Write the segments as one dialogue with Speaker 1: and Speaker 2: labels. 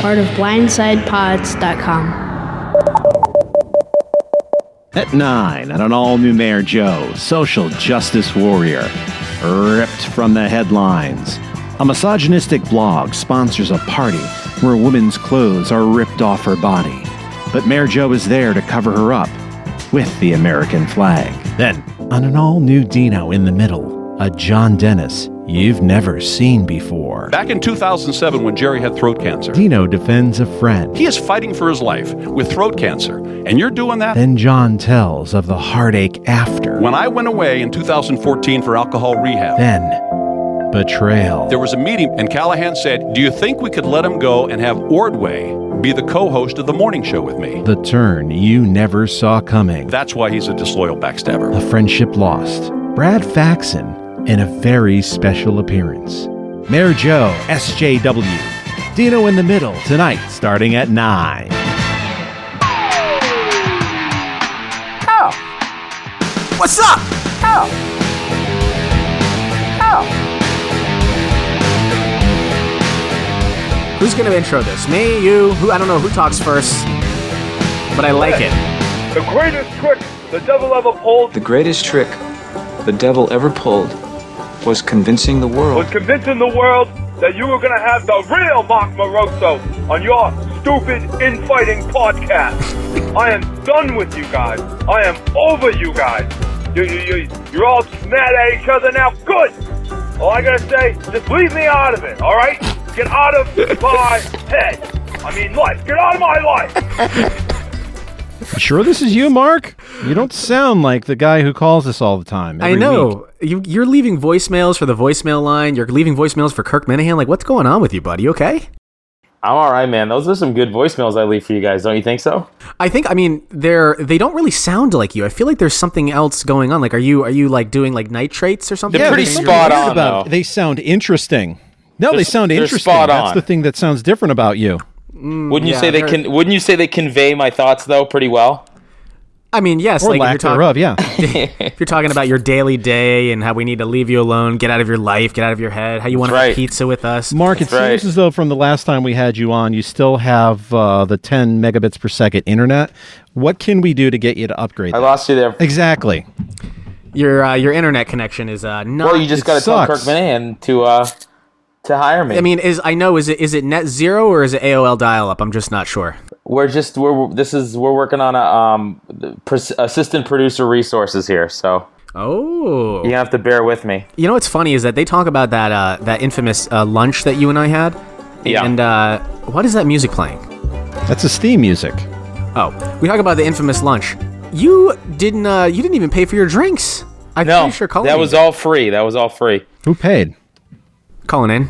Speaker 1: part of blindsidepods.com.
Speaker 2: At 9, on an all new Mayor Joe, social justice warrior, ripped from the headlines. A misogynistic blog sponsors a party where a woman's clothes are ripped off her body. But Mayor Joe is there to cover her up with the American flag. Then, on an all new Dino in the middle, a John Dennis you've never seen before.
Speaker 3: Back in 2007, when Jerry had throat cancer,
Speaker 2: Dino defends a friend.
Speaker 3: he is fighting for his life with throat cancer, and you're doing that?
Speaker 2: Then John tells of the heartache after.
Speaker 3: When I went away in 2014 for alcohol rehab,
Speaker 2: Then, betrayal.
Speaker 3: there was a meeting, and Callahan said, Do you think we could let him go and have Ordway be the co host of the morning show with me?
Speaker 2: The turn you never saw coming.
Speaker 3: That's why he's a disloyal backstabber.
Speaker 2: A friendship lost. Brad Faxon in a very special appearance. Mayor Joe, SJW. Dino in the middle tonight, starting at 9.
Speaker 4: What's up?
Speaker 2: Oh.
Speaker 4: How? How? Who's gonna intro this? Me, you? Who? I don't know who talks first, but I like it.
Speaker 5: The greatest trick the devil ever pulled
Speaker 6: The greatest trick the devil ever pulled was convincing the
Speaker 5: was
Speaker 6: world.
Speaker 5: convincing the world that you were going to have the real Mark Moroso on your stupid infighting podcast. I am done with you guys. I am over you guys. You, you, you, you're all mad at each other now. Good. All I got to say, just leave me out of it, all right? Get out of my head. I mean, life. Get out of my life.
Speaker 2: Sure, this is you, Mark? You don't sound like the guy who calls us all the time.
Speaker 4: I
Speaker 2: every week.
Speaker 4: know you, you're leaving voicemails for the voicemail line. You're leaving voicemails for Kirk Minahan. Like, what's going on with you, buddy? You okay?
Speaker 7: I'm all right, man. Those are some good voicemails I leave for you guys, don't you think so?
Speaker 4: I think I mean they're they don't really sound like you. I feel like there's something else going on. Like, are you are you like doing like nitrates or something?
Speaker 7: They're pretty
Speaker 4: You're-
Speaker 2: there's
Speaker 7: spot
Speaker 2: something
Speaker 7: on,
Speaker 2: about-
Speaker 7: though.
Speaker 2: They sound interesting. No, they
Speaker 7: They're-
Speaker 2: sound
Speaker 7: they're
Speaker 2: interesting.
Speaker 7: spot
Speaker 2: That's
Speaker 7: on.
Speaker 2: the thing that sounds different about you.
Speaker 7: Wouldn't
Speaker 4: yeah,
Speaker 7: you say they
Speaker 4: they're-
Speaker 7: can? Wouldn't you say they convey my thoughts though pretty well?
Speaker 4: I mean, yes.
Speaker 2: Or
Speaker 4: like if
Speaker 2: lack
Speaker 4: you're talking,
Speaker 2: thereof, yeah.
Speaker 4: if you're talking about your daily day and how we need to leave you alone, get out of your life, get out of your head, how you want to
Speaker 7: That's
Speaker 4: have
Speaker 7: right.
Speaker 4: pizza with us.
Speaker 2: Mark, it
Speaker 7: That's right.
Speaker 2: seems as though from the last time we had you on, you still have uh, the 10 megabits per second internet. What can we do to get you to upgrade?
Speaker 7: I
Speaker 2: that?
Speaker 7: lost you there.
Speaker 2: exactly.
Speaker 4: Your uh, your internet connection is uh, not.
Speaker 7: Well, you just
Speaker 2: It
Speaker 7: got to tell Kirk
Speaker 2: sucks.
Speaker 7: Minahan to uh, to hire me.
Speaker 4: I mean, is I know is it is it net zero or is it AOL dial up? I'm just not sure.
Speaker 7: we're just we're this is we're working on a um pres- assistant producer resources here, so
Speaker 4: Oh,
Speaker 7: you have to bear with me.
Speaker 4: You know what's funny is that they talk about that uh, that infamous uh, lunch that you and I had.
Speaker 7: Yeah.
Speaker 4: And uh, what is that music playing?
Speaker 2: That's Esteem music.
Speaker 4: Oh, we talk about the infamous lunch. You didn't uh, you didn't even pay for your drinks. I'm
Speaker 7: No,
Speaker 4: pretty sure Colin
Speaker 7: that was all free. That was all free.
Speaker 2: Who paid?
Speaker 4: Colin in.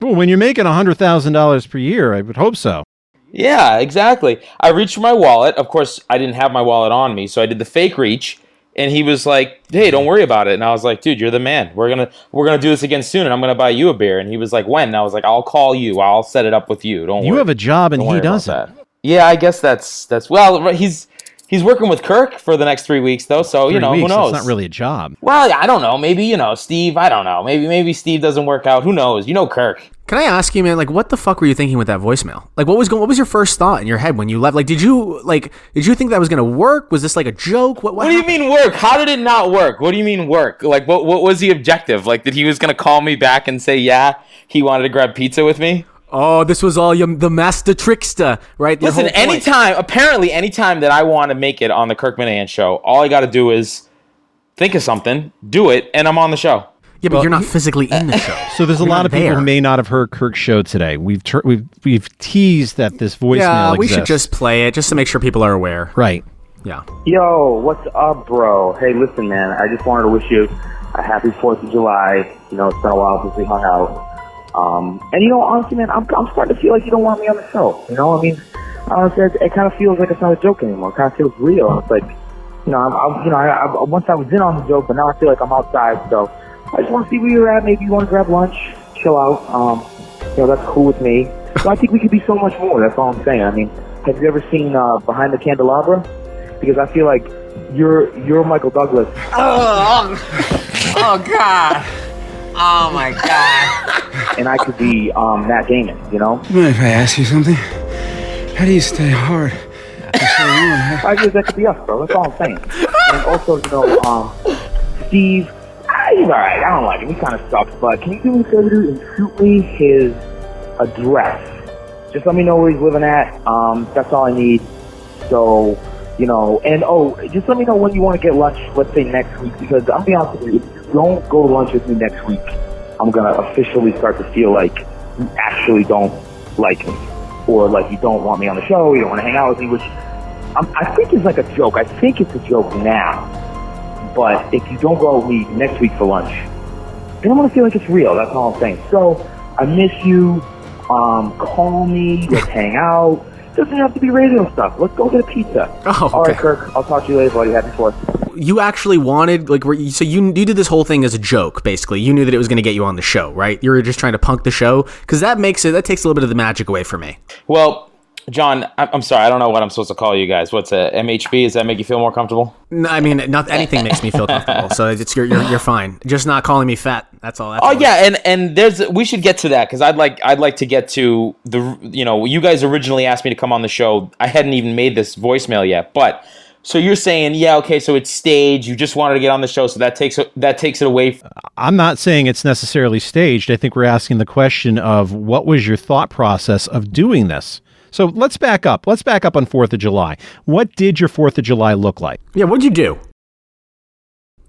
Speaker 2: Well, when you're making $100,000 per year, I would hope so.
Speaker 7: Yeah, exactly. I reached for my wallet. Of course, I didn't have my wallet on me, so I did the fake reach. And he was like, "Hey, don't worry about it." And I was like, "Dude, you're the man. We're gonna we're gonna do this again soon, and I'm gonna buy you a beer." And he was like, "When?" And I was like, "I'll call you. I'll set it up with you. Don't
Speaker 2: You
Speaker 7: worry.
Speaker 2: have a job and
Speaker 7: Don't
Speaker 2: he
Speaker 7: worry about
Speaker 2: doesn't.
Speaker 7: that." Yeah, I guess that's that's well. right, He's he's working with Kirk for the next three weeks though, so you
Speaker 2: Three
Speaker 7: know who
Speaker 2: weeks,
Speaker 7: knows.
Speaker 2: That's not really a job.
Speaker 7: Well, I don't know. Maybe you know Steve. I don't know. Maybe maybe Steve doesn't work out. Who knows? You know Kirk.
Speaker 4: Can I ask you, man? Like, what the fuck were you thinking with that voicemail? Like, what was going? What was your first thought in your head when you left? Like, did you like? Did you think that was gonna work? Was this like a joke? What? What,
Speaker 7: What do you
Speaker 4: happened?
Speaker 7: mean work? How did it not work? What do you mean work? Like what what was the objective? Like that he was gonna call me back and say yeah he wanted to grab pizza with me?
Speaker 4: Oh, this was all your, the master trickster, right? The
Speaker 7: Listen,
Speaker 4: whole point.
Speaker 7: anytime apparently anytime that I want to make it on the Kirkman and show, all I gotta do is think of something, do it, and I'm on the show.
Speaker 4: Yeah, but you're not physically in the show.
Speaker 2: uh, So there's a
Speaker 4: You're
Speaker 2: lot
Speaker 4: not
Speaker 2: of people
Speaker 4: there.
Speaker 2: who may not have heard Kirk's show today. We've tur we've we've teased that this voicemail
Speaker 4: yeah, we
Speaker 2: exists.
Speaker 4: should just play it just to make sure people are aware.
Speaker 2: right.
Speaker 4: Yeah.
Speaker 8: Yo, what's up, bro? Hey, listen, man. I just wanted to wish you a happy Fourth of July. You know, it's been a while since we hung out. Um, and you know, honestly, man, I'm, I'm starting to feel like you don't want me on the show. You know, I mean, honestly, it, it kind of feels like it's not a joke anymore. It kind of feels real. It's like, you know, I'm, I'm you know, I, I, once I was in on the joke, but now I feel like I'm outside. So I just want to see where you're at. Maybe you want to grab lunch, chill out. Um, you know, that's cool with me. So I think we could be so much more. That's all I'm saying. I mean, have you ever seen uh, Behind the Candelabra? Because I feel like you're you're Michael Douglas.
Speaker 4: Oh, oh God.
Speaker 9: Oh my god.
Speaker 8: and I could be um, Matt Damon, you know?
Speaker 10: Mind if I ask you something? How do you stay hard? for so long? How-
Speaker 8: I just that could be us, bro. That's all I'm saying. And also, you know, um, Steve, ah, he's all right. I don't like him. He kind of sucks. But can you do me a favor dude, and shoot me his address? Just let me know where he's living at. Um, that's all I need. So, you know, and oh, just let me know when you want to get lunch. Let's say next week, because I'll be honest with you. If you don't go to lunch with me next week, I'm gonna officially start to feel like you actually don't like me, or like you don't want me on the show. You don't want to hang out with me, which um, I think it's like a joke. I think it's a joke now. But if you don't go out with me next week for lunch, then I'm gonna feel like it's real. That's all I'm saying. So I miss you. Um, call me. Let's hang out. Doesn't have to be radio stuff. Let's go get a pizza.
Speaker 4: Oh,
Speaker 8: All right,
Speaker 4: okay.
Speaker 8: Kirk. I'll talk to you later, buddy. Happy Fourth.
Speaker 4: You actually wanted like were you, so you you did this whole thing as a joke basically. You knew that it was going to get you on the show, right? You were just trying to punk the show because that makes it that takes a little bit of the magic away from me.
Speaker 7: Well, John, I- I'm sorry. I don't know what I'm supposed to call you guys. What's a MHB? Does that make you feel more comfortable?
Speaker 4: No, I mean, not anything makes me feel comfortable. So it's you're, you're you're fine. Just not calling me fat. That's all. That's
Speaker 7: Oh
Speaker 4: all.
Speaker 7: yeah, and and there's we should get to that because I'd like I'd like to get to the you know you guys originally asked me to come on the show. I hadn't even made this voicemail yet, but so you're saying yeah okay, so it's staged. You just wanted to get on the show, so that takes that takes it away. f-
Speaker 2: I'm not saying it's necessarily staged. I think we're asking the question of what was your thought process of doing this? So let's back up. Let's back up on 4th of July. What did your 4th of July look like?
Speaker 4: Yeah. What'd you do?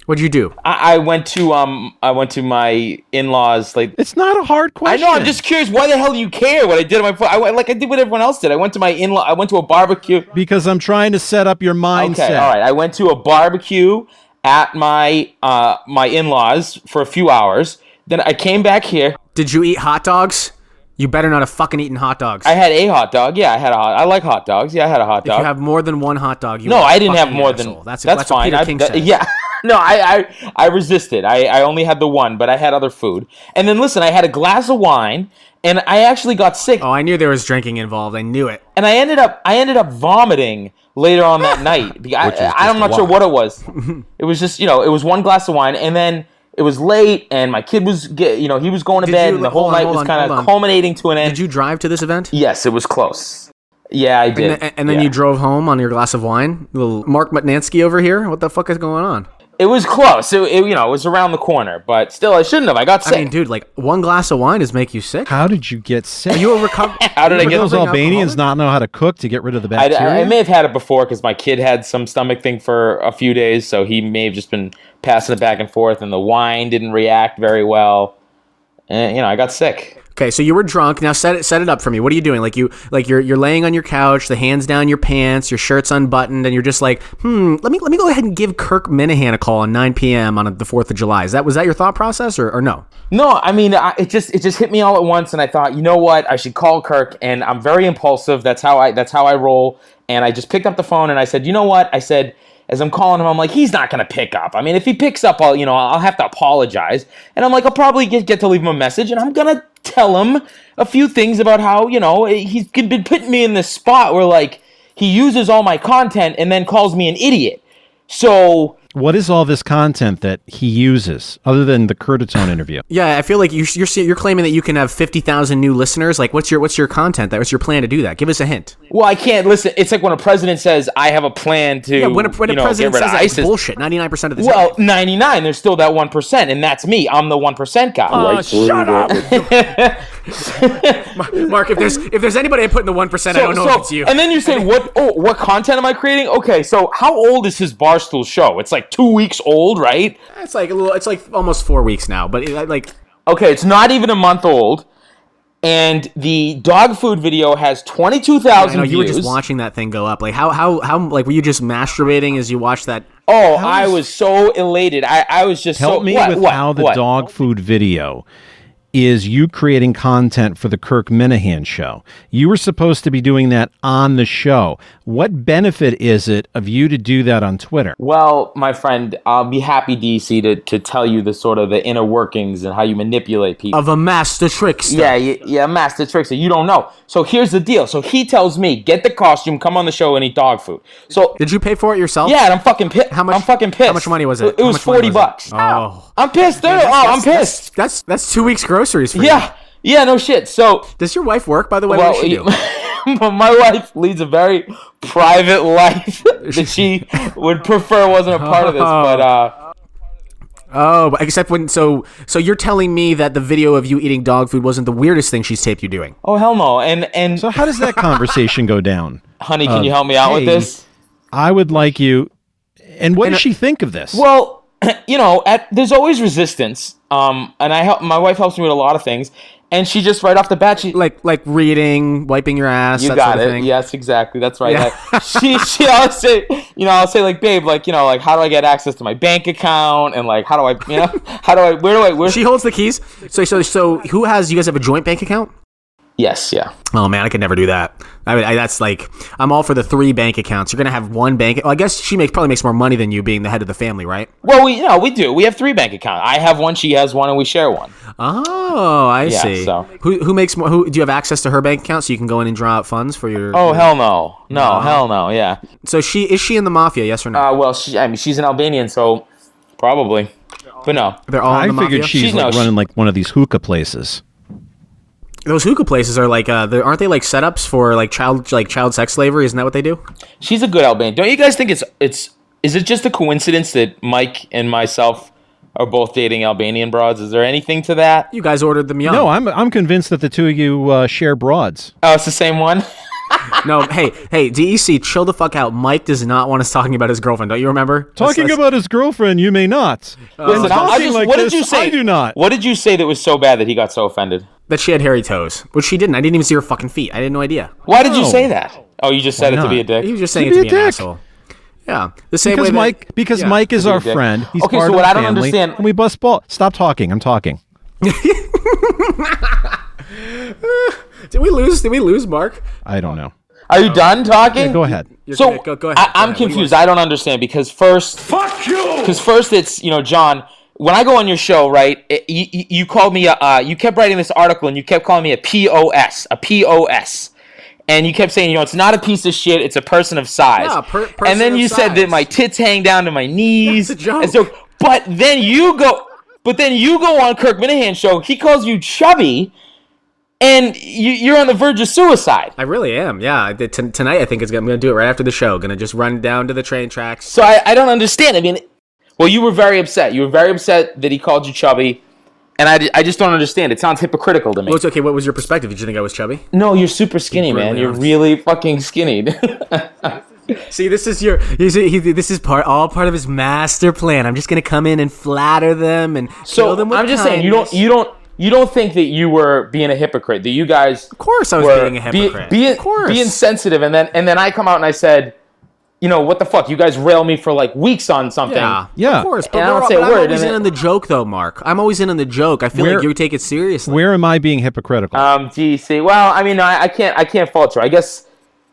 Speaker 4: What'd you do?
Speaker 7: I, I went to um I went to my in laws like.
Speaker 2: It's not a hard
Speaker 7: I
Speaker 2: question.
Speaker 7: know. I'm just curious. Why the hell do you care what I did? On my fo- I went, like I did what everyone else did. I went to my in law. I went to a barbecue.
Speaker 2: because I'm trying to set up your mindset.
Speaker 7: Okay, all right. I went to a barbecue at my uh, my in laws for a few hours. Then I came back here.
Speaker 4: Did you eat hot dogs? You better not have fucking eaten hot dogs.
Speaker 7: I had a hot dog. Yeah, I had a hot. I like hot dogs. Yeah, I had a hot
Speaker 4: if
Speaker 7: dog.
Speaker 4: you have more than one hot dog, you
Speaker 7: no,
Speaker 4: are a
Speaker 7: I didn't have
Speaker 4: fucking
Speaker 7: more
Speaker 4: asshole.
Speaker 7: than
Speaker 4: that's
Speaker 7: that's,
Speaker 4: that's, what
Speaker 7: fine.
Speaker 4: Peter
Speaker 7: I-
Speaker 4: King
Speaker 7: that-
Speaker 4: said.
Speaker 7: Yeah. No, I, I I resisted. I, I only had the one, but I had other food. And then listen, I had a glass of wine, and I actually got sick,
Speaker 4: Oh, I knew there was drinking involved. I knew it.
Speaker 7: and I ended up I ended up vomiting later on that night. Be- I,
Speaker 3: Which is
Speaker 7: I- I'm
Speaker 3: just
Speaker 7: not sure
Speaker 3: why.
Speaker 7: what it was. it was just you know it was one glass of wine, and then it was late, and my kid was get, you know he was going to
Speaker 4: Did
Speaker 7: bed,
Speaker 4: you-
Speaker 7: and the
Speaker 4: hold
Speaker 7: whole
Speaker 4: on,
Speaker 7: night
Speaker 4: hold
Speaker 7: was
Speaker 4: on,
Speaker 7: kind
Speaker 4: hold on.
Speaker 7: of culminating to an end.
Speaker 4: Did you drive to this event?
Speaker 7: Yes, it was close. Yeah, I did.
Speaker 4: And, th- and then
Speaker 7: Yeah.
Speaker 4: you drove home on your glass of wine. Little Mark Mutnansky over here. What the fuck is going on?
Speaker 7: It was close. It, it, you know, it was around the corner, but still, I shouldn't have. I got sick.
Speaker 4: I mean, dude, like one glass of wine is make you sick.
Speaker 2: How did you get sick?
Speaker 4: You a recover?
Speaker 7: How did I
Speaker 2: Would
Speaker 7: get-
Speaker 2: those
Speaker 4: recovering
Speaker 2: Albanians
Speaker 4: alcoholic?
Speaker 2: not know how to cook to get rid of the
Speaker 7: I,
Speaker 2: bacteria?
Speaker 7: I may have had it before because my kid had some stomach thing for a few days, so he may have just been passing it back and forth, and the wine didn't react very well. And you know, I got sick.
Speaker 4: Okay, so you were drunk. Now set it set it up for me. What are you doing? Like you like you're you're laying on your couch, the hands down your pants, your shirt's unbuttoned, and you're just like, hmm. Let me let me go ahead and give Kirk Minahan a call on 9 p.m. on the 4th of July. Is that was that your thought process or, or no?
Speaker 7: No, I mean, I, it just it just hit me all at once, and I thought, you know what, I should call Kirk. And I'm very impulsive. That's how I that's how I roll. And I just picked up the phone and I said, you know what, I said. As I'm calling him, I'm like, he's not gonna pick up. I mean, if he picks up, I'll you know I'll have to apologize. And I'm like, I'll probably get, get to leave him a message, and I'm gonna tell him a few things about how you know he's been putting me in this spot where like he uses all my content and then calls me an idiot. So
Speaker 2: what is all this content that he uses other than the Curtatone interview?
Speaker 4: Yeah, I feel like you, you're se- you're claiming that you can have 50,000 new listeners. Like, what's your what's your content? That was your plan to do that. Give us a hint.
Speaker 7: Well, I can't listen. It's like when a president says, "I have a plan to,"
Speaker 4: Yeah, when a, when
Speaker 7: you
Speaker 4: a
Speaker 7: know,
Speaker 4: president
Speaker 7: get rid
Speaker 4: says
Speaker 7: of
Speaker 4: that, it's
Speaker 7: ISIS.
Speaker 4: bullshit. 99% of the time.
Speaker 7: Well, ninety nine. There's still that one percent, and that's me. I'm the one percent guy.
Speaker 4: Oh, shut up. Mark, if there's if there's anybody I put in the 1%, I don't know if it's you.
Speaker 7: And then you say, "What? Oh, what content am I creating?" Okay, so how old is his barstool show? It's like two weeks old, right?
Speaker 4: It's like a little. It's like almost four weeks now, but it, like
Speaker 7: Okay, it's not even a month old, and the dog food video has twenty two
Speaker 4: I know
Speaker 7: thousand views.
Speaker 4: you were just watching that thing go up. Like how how how like were you just masturbating as you watched that?
Speaker 7: oh, I was so elated. I, I was just
Speaker 2: Help
Speaker 7: so,
Speaker 2: me
Speaker 7: what,
Speaker 2: with
Speaker 7: what,
Speaker 2: how the
Speaker 7: what?
Speaker 2: dog food video is you creating content for the Kirk Minahan show. You were supposed to be doing that on the show. What benefit is it of you to do that on Twitter?
Speaker 7: Well, my friend, I'll be happy, DC, to, to tell you the sort of the inner workings and how you manipulate people.
Speaker 4: Of a master trickster.
Speaker 7: Yeah, yeah, yeah, master trickster. You don't know. So here's the deal. So he tells me, get the costume, come on the show, and eat dog food. So
Speaker 4: did you pay for it yourself?
Speaker 7: Yeah, and I'm fucking pissed. How much? I'm fucking pissed.
Speaker 4: How much money was it?
Speaker 7: It
Speaker 4: How
Speaker 7: was
Speaker 4: much money
Speaker 7: forty
Speaker 4: was it?
Speaker 7: bucks.
Speaker 4: Oh.
Speaker 7: I'm pissed. There.
Speaker 4: That's-
Speaker 7: Oh, I'm
Speaker 4: that's- that's-
Speaker 7: pissed.
Speaker 4: That's that's two weeks groceries for you.
Speaker 7: Yeah, yeah, no shit. So
Speaker 4: Does your wife work, by the way?
Speaker 7: well,
Speaker 4: what does she do?
Speaker 7: but my wife leads a very private life that she would prefer wasn't a part of this. But uh,
Speaker 4: Oh, but except when so so you're telling me that the video of you eating dog food wasn't the weirdest thing she's taped you doing.
Speaker 7: oh hell no! And and
Speaker 2: So how does that conversation go down?
Speaker 7: honey, can
Speaker 2: Um,
Speaker 7: you help me out
Speaker 2: hey.
Speaker 7: with this?
Speaker 2: I would like you. And what does she think of this?
Speaker 7: Well, you know, at, there's always resistance. Um, and I help my wife helps me with a lot of things, and she just right off the bat she
Speaker 4: Like like reading, wiping your ass,
Speaker 7: You
Speaker 4: that
Speaker 7: got
Speaker 4: sort of
Speaker 7: it.
Speaker 4: thing.
Speaker 7: Yes, exactly. That's right.
Speaker 4: Yeah.
Speaker 7: Like, she she always say, you know, I'll say like, babe, like you know, like how do I get access to my bank account and like how do I, you know, how do I, where do I, where?
Speaker 4: She holds the keys. So so so who has you guys have a joint bank account?
Speaker 7: yes, yeah.
Speaker 4: Oh man, I could never do that. I mean, I, that's like I'm all for the three bank accounts. You're gonna have one bank. Well, I guess she makes probably makes more money than you, being the head of the family, right?
Speaker 7: Well, we you know we do. We have three bank accounts. I have one. She has one, and we share one.
Speaker 4: Oh, I
Speaker 7: Yeah,
Speaker 4: see.
Speaker 7: so-
Speaker 4: Who who makes more? Who do you have access to her bank account so you can go in and draw out funds for your?
Speaker 7: Oh hell no, no, hell no, yeah.
Speaker 4: So she is she in the mafia? Yes or no?
Speaker 7: Uh, well, she, I mean, she's an Albanian, so probably, but no.
Speaker 4: They're all.
Speaker 2: I
Speaker 4: in the
Speaker 2: figured
Speaker 4: mafia?
Speaker 2: she's,
Speaker 7: She's
Speaker 2: like
Speaker 7: no-
Speaker 2: running like one of these hookah places.
Speaker 4: Those hookah places are like, uh, they're- aren't they like setups for like child like child sex slavery? Isn't that what they do?
Speaker 7: She's a good Albanian. Don't you guys think it's it's is it just a coincidence that Mike and myself are both dating Albanian broads? Is there anything to that?
Speaker 4: You guys ordered them young.
Speaker 2: No, I'm I'm convinced that the two of you uh, share broads.
Speaker 7: Oh, it's the same one.
Speaker 2: Uh,
Speaker 4: no. Hey, hey, DEC, chill the fuck out. Mike does not want us talking about his girlfriend. Don't you remember? Let's-
Speaker 2: Talking
Speaker 4: let's-
Speaker 2: about his girlfriend, you may not.
Speaker 7: Listen, I- I
Speaker 2: talking
Speaker 7: just-
Speaker 2: like
Speaker 7: what
Speaker 2: this,
Speaker 7: did you say?
Speaker 2: I do not.
Speaker 7: What did you say that was so bad that he got so offended?
Speaker 4: that she had hairy toes, which she didn't. I didn't even see her fucking feet. I had no idea.
Speaker 7: Why did you
Speaker 2: No.
Speaker 7: say that? Oh, you just said it to be a
Speaker 2: not?
Speaker 7: dick.
Speaker 4: He was just
Speaker 2: To
Speaker 4: saying it to
Speaker 2: be
Speaker 4: be,
Speaker 2: a
Speaker 4: an
Speaker 2: dick.
Speaker 4: asshole. Yeah, the same way
Speaker 2: because
Speaker 4: that-
Speaker 2: Mike because
Speaker 4: yeah.
Speaker 2: Mike is our
Speaker 7: dick.
Speaker 2: friend. He's
Speaker 7: Okay,
Speaker 2: part
Speaker 7: so
Speaker 2: of
Speaker 7: what
Speaker 2: the
Speaker 7: I don't
Speaker 2: family,
Speaker 7: understand-
Speaker 2: And we bust ball. Stop talking. I'm talking.
Speaker 4: Did we lose? Did we lose Mark?
Speaker 2: I don't know.
Speaker 7: Are you done talking?
Speaker 2: Go ahead.
Speaker 7: So
Speaker 4: go- go ahead,
Speaker 7: I,
Speaker 4: go ahead.
Speaker 7: I'm
Speaker 4: What do you
Speaker 7: confused. I don't understand because first, fuck you. Because first, it's you know, John. When I go on your show, right? It, you, you- you called me. A, uh, you kept writing this article, and you kept calling me a pos, a pos, and you kept saying, you know, it's not a piece of shit. It's a person of size.
Speaker 4: Yeah, per-
Speaker 7: and
Speaker 4: person
Speaker 7: then
Speaker 4: of
Speaker 7: you said
Speaker 4: size.
Speaker 7: that my tits hang down to my knees.
Speaker 4: That's a joke.
Speaker 7: And so, but then you go, but then you go on Kirk Minahan's show. He calls you chubby, and you, you're on the verge of suicide.
Speaker 4: I really am. Yeah, I did- t- tonight I think it's gonna, I'm gonna do it right after the show. Gonna just run down to the train tracks.
Speaker 7: So I, I don't understand. I mean, well, you were very upset. You were very upset that he called you chubby, and I, ju- I just don't understand. It sounds hypocritical to me.
Speaker 4: Well, it's okay. What was your perspective? Did you think I was chubby?
Speaker 7: no, you're super skinny,
Speaker 4: brutally
Speaker 7: man. You're
Speaker 4: honest.
Speaker 7: really fucking skinny.
Speaker 4: See, this is your. You see, he, this is part all part of his master plan. I'm just gonna come in and flatter them and
Speaker 7: so
Speaker 4: kill them with
Speaker 7: I'm just saying you
Speaker 4: kindness.
Speaker 7: don't you don't you don't think that you were being a hypocrite. That you guys
Speaker 4: Of course, I was
Speaker 7: were
Speaker 4: being a hypocrite.
Speaker 7: Be, being,
Speaker 4: of course,
Speaker 7: being sensitive, and then and then I come out and I said, you know what the fuck? You guys rail me for like weeks on something.
Speaker 4: yeah,
Speaker 2: Yeah.
Speaker 4: of course. But,
Speaker 7: And I
Speaker 4: we're,
Speaker 7: don't
Speaker 4: all-
Speaker 7: say
Speaker 4: but
Speaker 7: a word,
Speaker 4: I'm always
Speaker 7: and
Speaker 4: in
Speaker 7: it-
Speaker 4: on the joke, though, Mark. I'm always in on the joke. I feel
Speaker 2: Where-
Speaker 4: like you take it seriously.
Speaker 2: Where am I being hypocritical?
Speaker 7: Um, DC. Well, I mean, I, I can't, I can't fault you. I guess,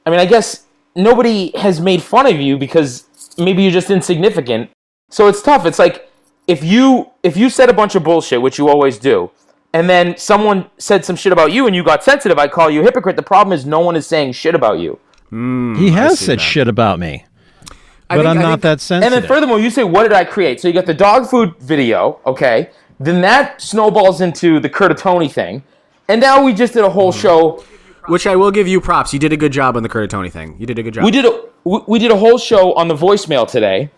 Speaker 7: I mean, I guess nobody has made fun of you because maybe you're just insignificant. So it's tough. It's like if you if you said a bunch of bullshit, which you always do, and then someone said some shit about you and you got sensitive, I call you a hypocrite. The problem is no one is saying shit about you.
Speaker 2: he has said shit about me, but
Speaker 4: think-
Speaker 2: I'm
Speaker 4: I
Speaker 2: not
Speaker 4: think-
Speaker 2: that
Speaker 7: And
Speaker 2: sensitive.
Speaker 7: then furthermore, you say, "What did I create?" So you got the dog food video, okay? Then that snowballs into the Curtatone thing, and now we just did a whole show
Speaker 4: Which I will give you props. You did a good job on the Curtatone thing. You did a good job.
Speaker 7: we did a we- we did a whole show on the voicemail today.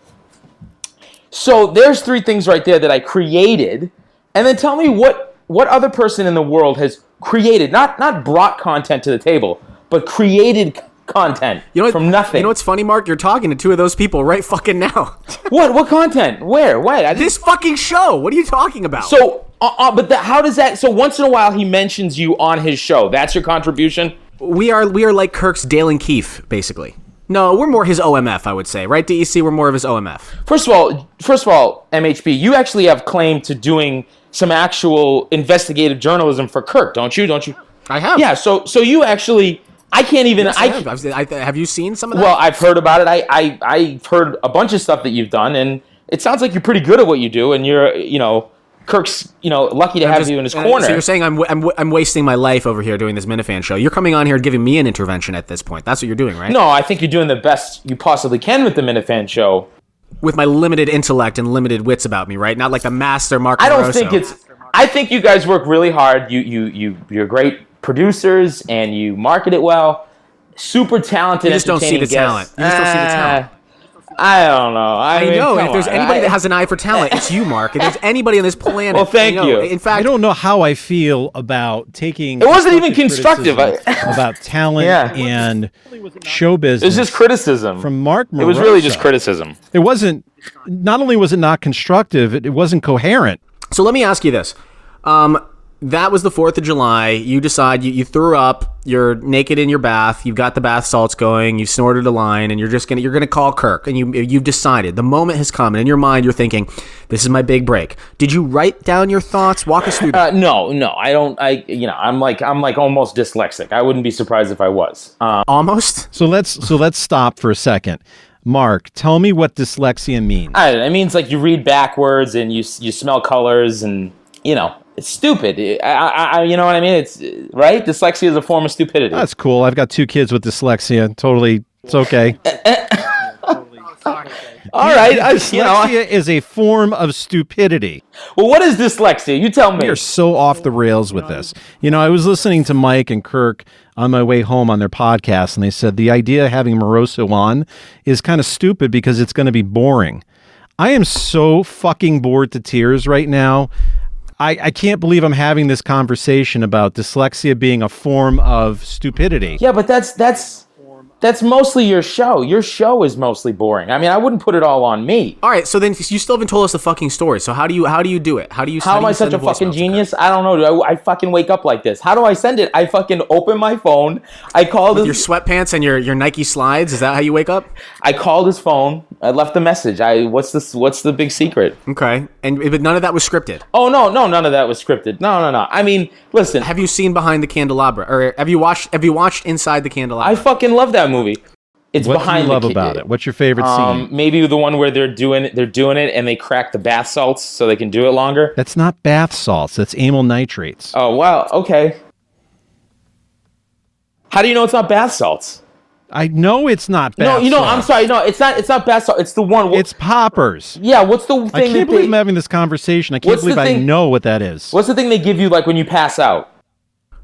Speaker 7: So there's three things right there that I created, and then tell me what what other person in the world has created not not brought content to the table, but created c- content
Speaker 4: You know what-
Speaker 7: from nothing.
Speaker 4: You know what's funny, Mark? You're talking to two of those people right fucking now.
Speaker 7: what what content? Where what? I
Speaker 4: this fucking show. What are you talking about?
Speaker 7: so uh, uh, but the, how does that? So once in a while he mentions you on his show. That's your contribution.
Speaker 4: we are we are like Kirk's Dale and Keefe, basically. No, we're more his OMF, I would say, right? DEC, we're more of his OMF.
Speaker 7: First of all, first of all, MHB, you actually have claim to doing some actual investigative journalism for Kirk, don't you? Don't you?
Speaker 4: I have.
Speaker 7: Yeah. So so you actually, I can't even.
Speaker 4: Yes, I
Speaker 7: I,
Speaker 4: have. I've seen- I, I, have you seen some of that?
Speaker 7: well, I've heard about it. I I I've heard a bunch of stuff that you've done, and it sounds like you're pretty good at what you do, and you're you know. Kirk's, you know, lucky to
Speaker 4: I'm
Speaker 7: have
Speaker 4: just-
Speaker 7: you in his
Speaker 4: uh,
Speaker 7: corner.
Speaker 4: So you're saying I'm, wa- I'm, wa- I'm wasting my life over here doing this Minifan show. You're coming on here and giving me an intervention at this point. That's what you're doing, right?
Speaker 7: No, I think you're doing the best you possibly can with the Minifan show.
Speaker 4: With my limited intellect and limited wits about me, right? Not like the master Mark.
Speaker 7: I don't
Speaker 4: Moroso.
Speaker 7: think it's. I think you guys work really hard. You you you you're great producers and you market it well. Super talented.
Speaker 4: You just don't see
Speaker 7: entertaining
Speaker 4: the talent.
Speaker 7: guests.
Speaker 4: You just don't see the talent.
Speaker 7: Ah, I don't know. I,
Speaker 4: I,
Speaker 7: mean,
Speaker 4: know. And if
Speaker 7: come
Speaker 4: there's
Speaker 7: on.
Speaker 4: anybody
Speaker 7: I-
Speaker 4: that has an eye for talent, it's you, Mark. If there's anybody on this planet,
Speaker 7: Well, thank
Speaker 4: know,
Speaker 7: you.
Speaker 4: In fact,
Speaker 2: I don't know how I feel about taking.
Speaker 7: It wasn't even
Speaker 2: constructive
Speaker 7: constructive.
Speaker 2: criticism about talent
Speaker 7: Yeah.
Speaker 2: and show business.
Speaker 7: it was just criticism.
Speaker 2: from Mark.
Speaker 7: it was really just
Speaker 2: Moroso.
Speaker 7: criticism.
Speaker 2: It wasn't. Not only was it not constructive, it, it wasn't coherent.
Speaker 4: So let me ask you this. Um, that was the 4th of July. You decide you, you threw up, you're naked in your bath, you've got the bath salts going, you've snorted a line, and you're just gonna you're gonna call Kirk and you you've decided. The moment has come, and in your mind you're thinking, This is my big break. Did you write down your thoughts? Walk us through
Speaker 7: Uh,
Speaker 4: that.
Speaker 7: no, no, I don't. I you know, I'm like I'm like almost dyslexic. I wouldn't be surprised if I was. Um,
Speaker 4: Almost?
Speaker 2: So let's so let's stop for a second. Mark, tell me what dyslexia means.
Speaker 7: I don't know. It means like you read backwards and you you smell colors and you know it's stupid. I, I, I you know what I mean? It's right. Dyslexia is a form of stupidity.
Speaker 2: That's cool. I've got two kids with dyslexia. Totally, it's okay.
Speaker 7: All right. I, you know. I-
Speaker 2: Dyslexia is a form of stupidity.
Speaker 7: well, what is dyslexia? You tell me.
Speaker 2: We are so off the rails with this. You know, I was listening to Mike and Kirk on my way home on their podcast, and they said the idea of having Moroso on is kind of stupid because it's going to be boring. I am so fucking bored to tears right now. I, I can't believe I'm having this conversation about dyslexia being a form of stupidity.
Speaker 7: Yeah, but that's that's that's mostly your show. Your show is mostly boring. I mean, I wouldn't put it all on me.
Speaker 4: Alright, so then you still haven't told us the fucking story. So how do you how do you do it? How do you
Speaker 7: How
Speaker 4: do
Speaker 7: am
Speaker 4: you
Speaker 7: I such
Speaker 4: send
Speaker 7: a
Speaker 4: the voicemails
Speaker 7: fucking
Speaker 4: to Kirk?
Speaker 7: genius? I don't know. dude. I, I fucking wake up like this. How do I send it? I fucking open my phone. I call
Speaker 4: Your
Speaker 7: this.
Speaker 4: sweatpants and your, your Nike slides, is that how you wake up?
Speaker 7: I called his phone. I left the message. I what's this? What's the big secret?
Speaker 4: Okay. And but none of that was scripted.
Speaker 7: Oh no, no, none of that was scripted. No, no, no. I mean, listen,
Speaker 4: Have you seen Behind the Candelabra, or have you watched? Have you watched Inside the Candelabra?
Speaker 7: I fucking love that movie. It's
Speaker 2: What do
Speaker 7: behind
Speaker 2: you love
Speaker 7: the,
Speaker 2: about it? What's your favorite
Speaker 7: Um,
Speaker 2: scene?
Speaker 7: maybe the one where they're doing they're doing it and they crack the bath salts so they can do it longer.
Speaker 2: That's not bath salts. That's amyl nitrates.
Speaker 7: Oh wow, okay. How do you know it's not bath salts?
Speaker 2: I know it's not bath
Speaker 7: no, you know, I'm
Speaker 2: salts.
Speaker 7: sorry. No, it's not. It's not bath salt. It's the one.
Speaker 2: It's poppers.
Speaker 7: yeah. What's the thing?
Speaker 2: I can't
Speaker 7: that
Speaker 2: believe
Speaker 7: they-
Speaker 2: I'm having this conversation. I can't
Speaker 7: What's the
Speaker 2: believe I
Speaker 7: thing-
Speaker 2: know what that is.
Speaker 7: What's the thing they give you like when you pass out?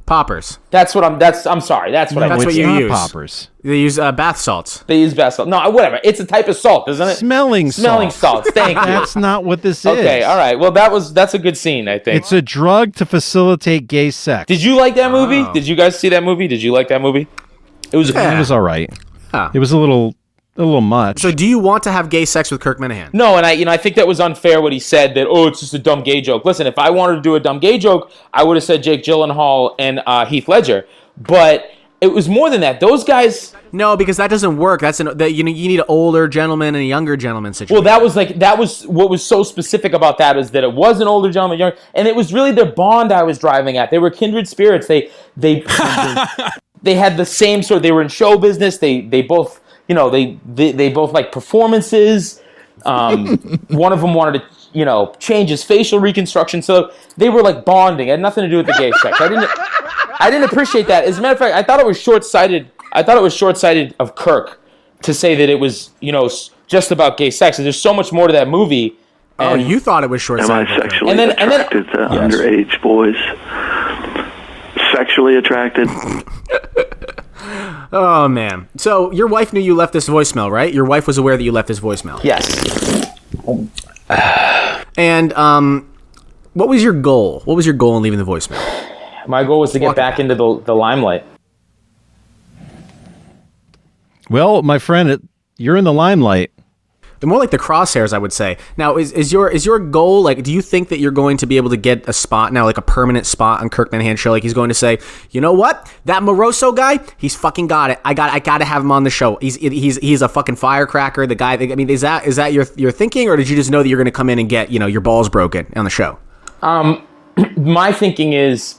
Speaker 4: Poppers.
Speaker 7: That's what I'm. That's I'm sorry. That's what
Speaker 2: No,
Speaker 7: I.
Speaker 4: That's
Speaker 2: it's
Speaker 4: what you
Speaker 2: not
Speaker 4: use.
Speaker 2: Poppers.
Speaker 4: They use uh, bath salts.
Speaker 7: They use bath salt. No, I- whatever. It's a type of salt, isn't it?
Speaker 2: Smelling salts.
Speaker 7: Smelling salts. Thank you.
Speaker 2: That's not what this is.
Speaker 7: Okay, all right. Well, that was that's a good scene, I think.
Speaker 2: It's a drug to facilitate gay sex.
Speaker 7: Did you like that movie? Did you guys see that movie? Did you like that movie? It was
Speaker 2: It
Speaker 4: Yeah.
Speaker 2: was all right.
Speaker 4: Huh.
Speaker 2: It was a little, a little much.
Speaker 4: So, do you want to have gay sex with Kirk Minahan?
Speaker 7: no, and I you know I think that was unfair what he said that oh it's just a dumb gay joke. Listen, if I wanted to do a dumb gay joke, I would have said Jake Gyllenhaal and uh, Heath Ledger, but it was more than that. Those guys.
Speaker 4: No, because that doesn't work. That's an that, you know you need an older gentleman and a younger gentleman
Speaker 7: Well,
Speaker 4: situation.
Speaker 7: that was like that was what was so specific about that is that it was an older gentleman, young, and it was really their bond I was driving at. They were kindred spirits. They they they had the same sort. They were in show business. They they both you know they they, they both like performances. Um, one of them wanted to you know change his facial reconstruction, so they were like bonding. It had nothing to do with the gay sex. I didn't I didn't appreciate that. As a matter of fact, I thought it was short sighted. I thought it was short sighted of Kirk to say that it was you know s- just about gay sex. There's so much more to that movie.
Speaker 4: oh,
Speaker 7: and-
Speaker 4: you thought it was short sighted.
Speaker 9: sexually
Speaker 7: And then- and then-
Speaker 9: attracted to underage boys? Sexually attracted?
Speaker 4: Oh man. So your wife knew you left this voicemail, right? Your wife was aware that you left this voicemail.
Speaker 7: Yes.
Speaker 4: And um, what was your goal? What was your goal in leaving the voicemail?
Speaker 7: My goal was to get
Speaker 4: Walk it
Speaker 7: back
Speaker 4: back.
Speaker 7: into the, the limelight.
Speaker 2: well, my friend, it, you're in the limelight.
Speaker 4: more like the crosshairs i would say now is, is your is your goal like do you think that you're going to be able to get a spot now like a permanent spot on kirkman hand show like he's going to say you know what that moroso guy he's fucking got it i got i gotta have him on the show he's he's he's a fucking firecracker the guy that, i mean is that is that your your thinking or did you just know that you're gonna come in and get you know your balls broken on the show
Speaker 7: Um, my thinking is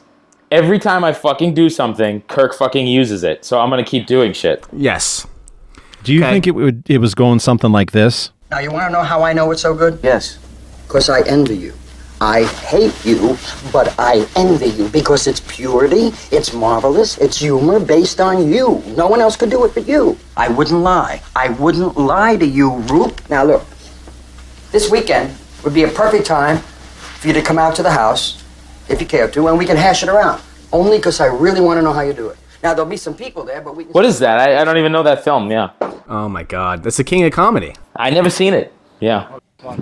Speaker 7: every time I fucking do something, Kirk fucking uses it. So I'm gonna keep doing shit.
Speaker 4: Yes.
Speaker 2: Do you think it would it was going something like this?
Speaker 11: Now, you want to know how I know it's so good? Yes. Because I envy you. I hate you, but I envy you because it's purity, it's marvelous, it's humor based on you. No one else could do it but you. I wouldn't lie. I wouldn't lie to you, Roop. Now, look, this weekend would be a perfect time for you to come out to the house, if you care to, and we can hash it around. Only because I really want to know how you do it. Now, there'll be some people there, but we can.
Speaker 7: What is that? I, I don't even know that film. Yeah.
Speaker 4: Oh my god, that's the king of comedy.
Speaker 7: I never seen it. Yeah.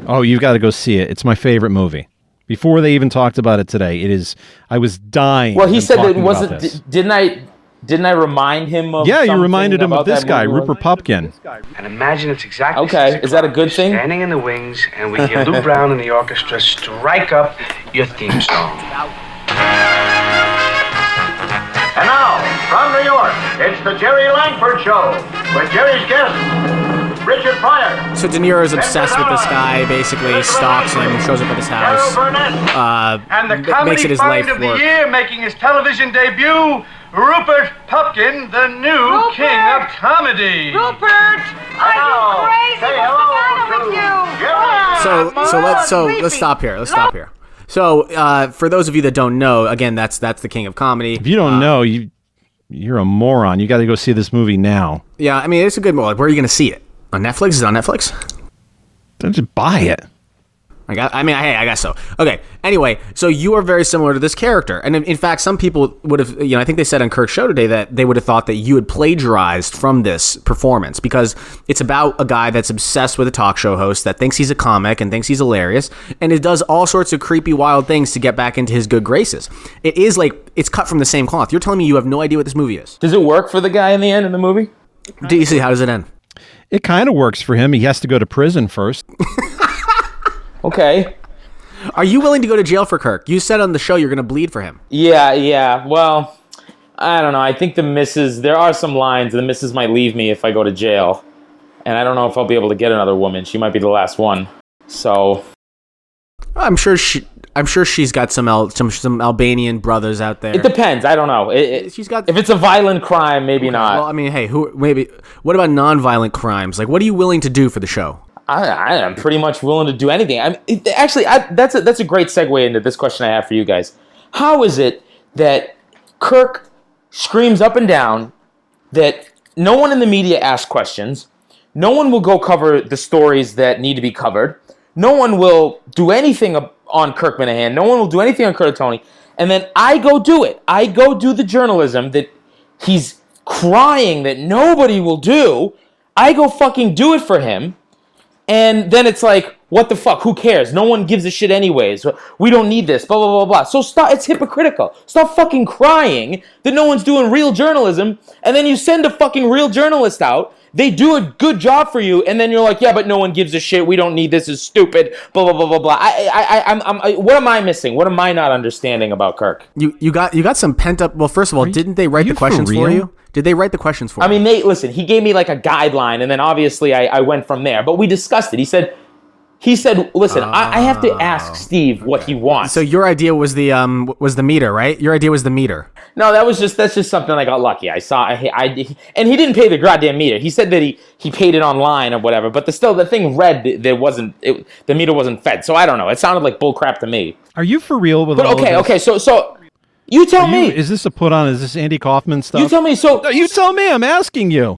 Speaker 2: Oh, you've got to go see it. It's my favorite movie. Before they even talked about it today, it is. I was dying.
Speaker 7: Well, he
Speaker 2: when
Speaker 7: said that it
Speaker 2: talking about
Speaker 7: wasn't.
Speaker 2: this.
Speaker 7: D- didn't I? Didn't I remind him of?
Speaker 2: yeah, you
Speaker 7: something
Speaker 2: reminded him
Speaker 7: about
Speaker 2: of this
Speaker 7: that
Speaker 2: guy,
Speaker 7: movie?
Speaker 2: Rupert Pupkin.
Speaker 12: And imagine it's exactly.
Speaker 7: Okay,
Speaker 12: six
Speaker 7: is that a
Speaker 12: o'clock.
Speaker 7: good thing?
Speaker 12: Standing in the wings, and we hear Lou Brown and the orchestra strike up your theme song.
Speaker 13: And now, from New York, it's the Jerry Langford Show with Jerry's guest, Richard Pryor.
Speaker 4: So De Niro's obsessed with this guy, basically stalks him, shows up at his house, uh,
Speaker 12: And the
Speaker 4: ma-
Speaker 12: comedy
Speaker 4: makes it his
Speaker 12: find
Speaker 4: life
Speaker 12: of
Speaker 4: work.
Speaker 12: the year, making his television debut, Rupert Pupkin, the new king of comedy. Rupert, are you crazy? What's the matter with you?
Speaker 4: So so let's so let's stop here. Let's stop here. So uh, for those of you that don't know, again, that's that's the king of comedy.
Speaker 2: If you don't know, you you're a moron. You got to go see this movie now.
Speaker 4: Yeah, I mean it's a good movie. Like, where are you going to see it? On Netflix? Is it on Netflix?
Speaker 2: Then just buy it.
Speaker 4: I got. I mean, hey, I guess so. Okay. Anyway, so you are very similar to this character, and in, in fact, some people would have. You know, I think they said on Kirk's show today that they would have thought that you had plagiarized from this performance because it's about a guy that's obsessed with a talk show host that thinks he's a comic and thinks he's hilarious, and it does all sorts of creepy, wild things to get back into his good graces. It is like it's cut from the same cloth. You're telling me you have no idea what this movie is?
Speaker 7: Does it work for the guy in the end in the movie?
Speaker 4: Do you see how does it end?
Speaker 2: It kind of works for him. He has to go to prison first.
Speaker 7: okay.
Speaker 4: Are you willing to go to jail for Kirk? You said on the show you're going to bleed for him.
Speaker 7: Yeah, yeah. Well, I don't know. I think the misses. There are some lines. The misses might leave me if I go to jail, and I don't know if I'll be able to get another woman. She might be the last one. So
Speaker 4: I'm sure she. I'm sure she's got some Al, some some Albanian brothers out there.
Speaker 7: it depends. I don't know. It, it,
Speaker 4: She's got.
Speaker 7: If it's a violent crime, maybe not.
Speaker 4: Well, I mean, hey, who maybe? What about nonviolent crimes? Like, what are you willing to do for the show?
Speaker 7: I, I am pretty much willing to do anything. I'm it, actually I, that's a, that's a great segue into this question I have for you guys. How is it that Kirk screams up and down that no one in the media asks questions, no one will go cover the stories that need to be covered, no one will do anything ab- on Kirk Minahan, no one will do anything on Kurt Tony, and then I go do it. I go do the journalism that he's crying that nobody will do. I go fucking do it for him. And then it's like, what the fuck? Who cares? No one gives a shit anyways. We don't need this. Blah blah blah blah. So stop. It's hypocritical. Stop fucking crying that no one's doing real journalism, and then you send a fucking real journalist out. They do a good job for you, and then you're like, yeah, but no one gives a shit. We don't need this. Is stupid. Blah blah blah blah blah. I I I I'm, I'm I, what am I missing? What am I not understanding about Kirk?
Speaker 4: You you got you got some pent up. Well, first of all, didn't they write the questions for,
Speaker 7: real?
Speaker 4: you? Did they write the questions for
Speaker 7: I mean, they listen. He gave me like a guideline, and then obviously I, I went from there. But we discussed it. He said, he said, listen, I, I have to ask Steve what he wants.
Speaker 4: you? So your idea was the um w- was the meter, right? Your idea was the meter.
Speaker 7: No, that was just that's just something I got lucky. I saw, I, I and he didn't pay the goddamn meter. He said that he he paid it online or whatever. But the, still, the thing read th- there wasn't it, the meter wasn't fed. So I don't know. It sounded like bull crap to me.
Speaker 2: Are you for real with
Speaker 7: But
Speaker 2: all
Speaker 7: okay,
Speaker 2: of this?
Speaker 7: okay. So so you tell
Speaker 2: Are
Speaker 7: me.
Speaker 2: you- Is this a put on? Is this Andy Kaufman stuff?
Speaker 7: You tell me. So
Speaker 2: you tell me. I'm asking you.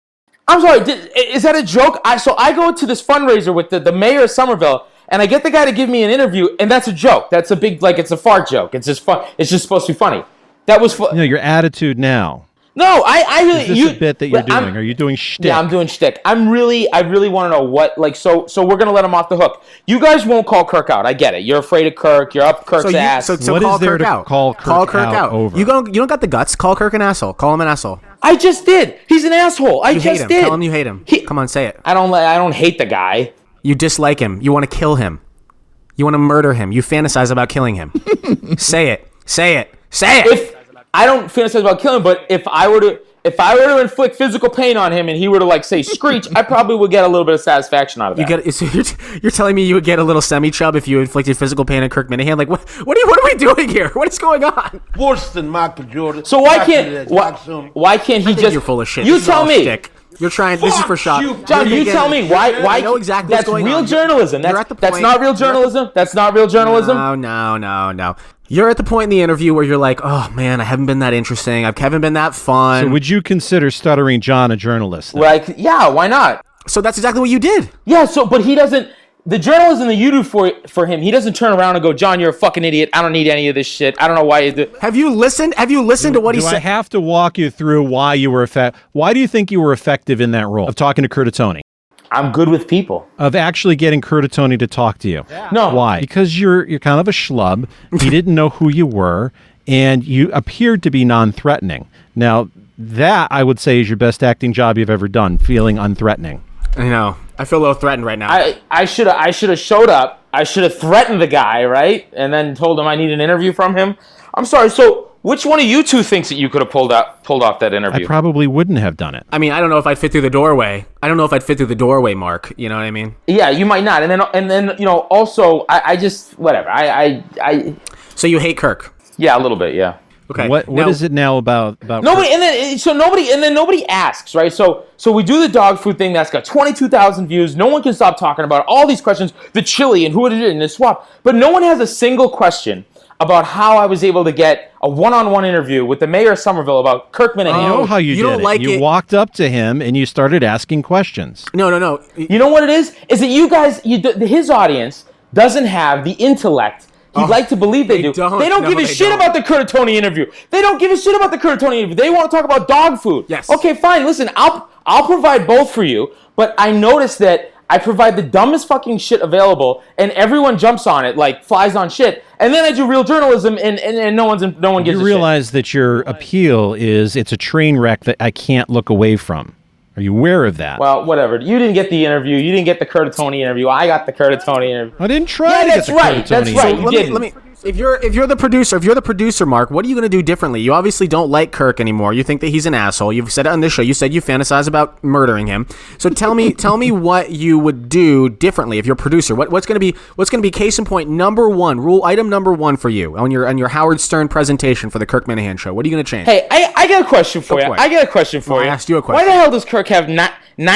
Speaker 7: I'm sorry. Did, i- is that a joke? I so I go to this fundraiser with the, the mayor of Somerville, and I get the guy to give me an interview, and that's a joke. That's a big like it's a fart joke. It's just fun. It's just supposed to be funny. That was fu-
Speaker 2: No, your attitude now.
Speaker 7: no. I I really
Speaker 2: Is this
Speaker 7: you
Speaker 2: a bit that you're
Speaker 7: I'm-
Speaker 2: doing? Are you doing shtick?
Speaker 7: Yeah, I'm doing shtick. I'm really, I really want to know what, like, so, so we're gonna let him off the hook. You guys won't call Kirk out. I get it. You're afraid of Kirk. You're up Kirk's
Speaker 4: so you,
Speaker 7: ass.
Speaker 4: So, so call Kirk out. Kirk out. You don't you don't got the guts. Call Kirk an asshole. Call him an asshole.
Speaker 7: I just did. He's an asshole. I
Speaker 4: you hate
Speaker 7: just
Speaker 4: him.
Speaker 7: did.
Speaker 4: Tell him you hate him. Come on, say it.
Speaker 7: I don't. li- I don't hate the guy.
Speaker 4: You dislike him. You want to kill him. You want to murder him. You fantasize about killing him. say it. Say it. Say it.
Speaker 7: If I don't fantasize about killing, but if I were to, if I were to inflict physical pain on him and he were to like say screech, I probably would get a little bit of satisfaction out of
Speaker 4: You
Speaker 7: that.
Speaker 4: get so you're, you're telling me you would get a little semi chub if you inflicted physical pain on Kirk Minahan? Like what? What are you- what are we doing here? What is going on?
Speaker 14: Worse than Michael Jordan.
Speaker 7: So why
Speaker 14: Back to
Speaker 7: can't
Speaker 14: that
Speaker 7: why,
Speaker 14: Jackson.
Speaker 7: why can't he just
Speaker 4: you're full of shit.
Speaker 7: You
Speaker 4: This is
Speaker 7: tell
Speaker 4: all
Speaker 7: me.
Speaker 4: shtick. You're trying. this is for shot.
Speaker 7: John,
Speaker 4: You're
Speaker 7: you tell me
Speaker 4: getting-
Speaker 7: why why
Speaker 4: I know exactly
Speaker 7: that's
Speaker 4: what's going
Speaker 7: real
Speaker 4: on.
Speaker 7: journalism. That's
Speaker 4: You're at the
Speaker 7: that's
Speaker 4: point-
Speaker 7: not real journalism. That's not real journalism.
Speaker 4: No, no, no, no. You're at the point in the interview where you're like, oh man, I haven't been that interesting. I haven't been that fun.
Speaker 2: So would you consider Stuttering John a journalist? then?
Speaker 7: Like, yeah, why not?
Speaker 4: So that's exactly what you did.
Speaker 7: Yeah, so but he doesn't the journalism that you do for for him, he doesn't turn around and go, John, you're a fucking idiot. I don't need any of this shit. I don't know why you do
Speaker 4: Have you listened? Have you listened to what
Speaker 2: do
Speaker 4: he
Speaker 2: I
Speaker 4: said?
Speaker 2: have to walk you through why you were effective? Why do you think you were effective in that role of talking to Curtatone?
Speaker 7: I'm good with people.
Speaker 2: Of actually getting Curtatone to talk to you.
Speaker 7: No.
Speaker 2: Why? Because you're you're kind of a schlub. He didn't know who you were, and you appeared to be non-threatening. Now that I would say is your best acting job you've ever done, feeling unthreatening.
Speaker 4: I know. I feel a little threatened right now.
Speaker 7: I I should I should have showed up. I should have threatened the guy, right? And then told him I need an interview from him. I'm sorry. So, which one of you two thinks that you could have pulled out pulled off that
Speaker 2: I
Speaker 7: interview?
Speaker 2: probably wouldn't have done it.
Speaker 4: I mean, I don't know if I'd fit through the doorway. I don't know if I'd fit through the doorway, Mark. You know what I mean?
Speaker 7: yeah, you might not. And then and then you know also I, I just whatever I, I I
Speaker 4: So you hate Kirk?
Speaker 7: Yeah, a little bit. Yeah.
Speaker 4: Okay.
Speaker 2: What What is
Speaker 7: now-
Speaker 2: it now about about
Speaker 7: Nobody and then so nobody and then nobody asks, right? So so we do the dog food thing that's got twenty two thousand views. No one can stop talking about it. all these questions, the chili and who did it and the swap, but no one has a single question about how I was able to get a one on one interview with the mayor of Somerville about Kirkman and
Speaker 2: I know how you, did it. you walked up to him and you started asking questions.
Speaker 4: No, no, no.
Speaker 7: You know what it is? Is that you guys, you, th- his audience doesn't have the intellect. He'd like to believe they, do.
Speaker 4: Oh, don't.
Speaker 7: They don't
Speaker 4: No,
Speaker 7: give a
Speaker 4: they
Speaker 7: shit
Speaker 4: don't.
Speaker 7: about the Curtatone interview. They don't give a shit about the Curtatone interview. They want to talk about dog food. Yes. Okay, fine. Listen, I'll I'll provide both for you. But I noticed that I provide the dumbest fucking shit available, and everyone jumps on it like flies on shit. And then I do real journalism, and and, and no one's no one gives
Speaker 2: You
Speaker 7: a shit.
Speaker 2: realize that your appeal is it's a train wreck that I can't look away from. Are you aware of that?
Speaker 7: Well, whatever. You didn't get the interview. You didn't get the Curtatone interview. I got the Curtatone interview.
Speaker 2: I didn't try
Speaker 7: Yeah,
Speaker 2: to get
Speaker 7: that's
Speaker 2: the
Speaker 7: right.
Speaker 2: Curtatone
Speaker 7: That's
Speaker 2: interview. So
Speaker 7: right. You
Speaker 4: Let me,
Speaker 7: didn't.
Speaker 4: let me. If you're if you're the producer, if you're the producer, Mark, what are you going to do differently? You obviously don't like Kirk anymore. You think that he's an asshole. You've said it on this show. You said you fantasize about murdering him. So tell me, tell me what you would do differently if you're a producer. What, what's going to be what's going to be case in point number one rule item number one for you on your on your Howard Stern presentation for the Kirk Minahan show? What are you going to change?
Speaker 7: Hey, I, I got a question for you. I got a question for you. I asked
Speaker 4: you a
Speaker 7: Why the hell does Kirk have ni-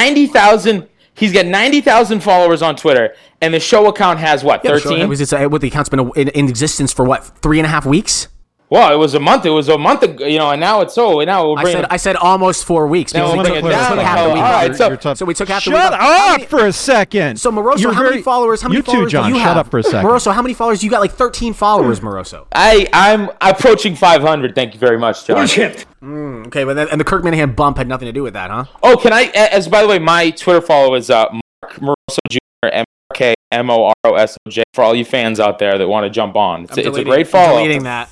Speaker 7: 90,000? He's got 90,000 followers on Twitter, and the show account has what,
Speaker 4: Yeah, sure.
Speaker 7: 13?
Speaker 4: It was it's, uh, what the account's been in, in existence for what three and a half weeks.
Speaker 7: well, it was a month. It was a month ago, you know, and now it's so. And now we'll
Speaker 4: I
Speaker 7: bring
Speaker 4: said
Speaker 7: it-
Speaker 4: I said almost four weeks.
Speaker 7: Now
Speaker 4: because
Speaker 7: we'll
Speaker 4: we
Speaker 7: bring
Speaker 4: took-
Speaker 7: it
Speaker 4: we
Speaker 7: down
Speaker 4: took
Speaker 7: a
Speaker 4: half
Speaker 7: couple.
Speaker 4: the week
Speaker 7: All
Speaker 4: off.
Speaker 7: right, so-
Speaker 4: so we took half the week
Speaker 2: Shut
Speaker 4: off.
Speaker 2: up for a second.
Speaker 4: So Moroso,
Speaker 2: You're
Speaker 4: how
Speaker 2: very-
Speaker 4: many followers? How many
Speaker 2: you
Speaker 4: followers
Speaker 2: too, John.
Speaker 4: do you
Speaker 2: shut
Speaker 4: have?
Speaker 2: up for a second. Mm.
Speaker 4: Moroso, how many followers? You got like 13 followers, Moroso.
Speaker 7: I, I'm approaching 500. Thank you very much, John.
Speaker 4: Mm, okay, but then, and the Kirk Minahan bump had nothing to do with that, huh?
Speaker 7: Oh, can I? a- As by the way, my Twitter follow is uh, Mark Moroso Jr. M R K M O R O S O J. For all you fans out there that want to jump on, it's, a- it's a great follow.
Speaker 4: Deleting that.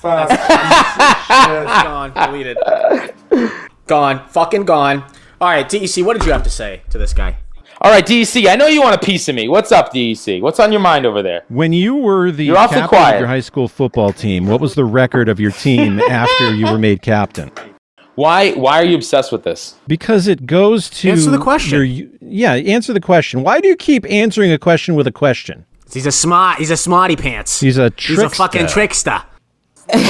Speaker 4: That's gone. Deleted. Gone. Fucking gone. All right, DEC, what did you have to say to this guy?
Speaker 7: All right, DEC, I know you want a piece of me. What's up, DEC? What's on your mind over there?
Speaker 2: When you were the
Speaker 7: You're awfully
Speaker 2: captain
Speaker 7: quiet.
Speaker 2: of your high school football team, what was the record of your team after you were made captain?
Speaker 7: Why why are you obsessed with this?
Speaker 2: Because it goes to
Speaker 7: Answer the question.
Speaker 2: your- yeah, answer the question. Why do you keep answering a question with a question?
Speaker 4: He's a smart. He's a smarty pants.
Speaker 2: He's a
Speaker 4: He's a fucking
Speaker 2: trickster.
Speaker 4: trickster.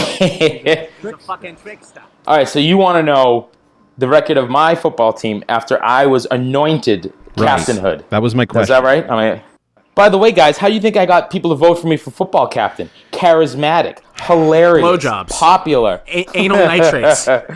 Speaker 7: All right, so you want to know the record of my football team after I was anointed
Speaker 2: Right.
Speaker 7: captainhood.
Speaker 2: That was my
Speaker 7: Is
Speaker 2: question.
Speaker 7: that right? I mean, by the way, guys, how do you think I got people to vote for me for football captain? Charismatic, hilarious,
Speaker 4: Blowjobs.
Speaker 7: popular,
Speaker 4: A- anal nitrates.
Speaker 7: All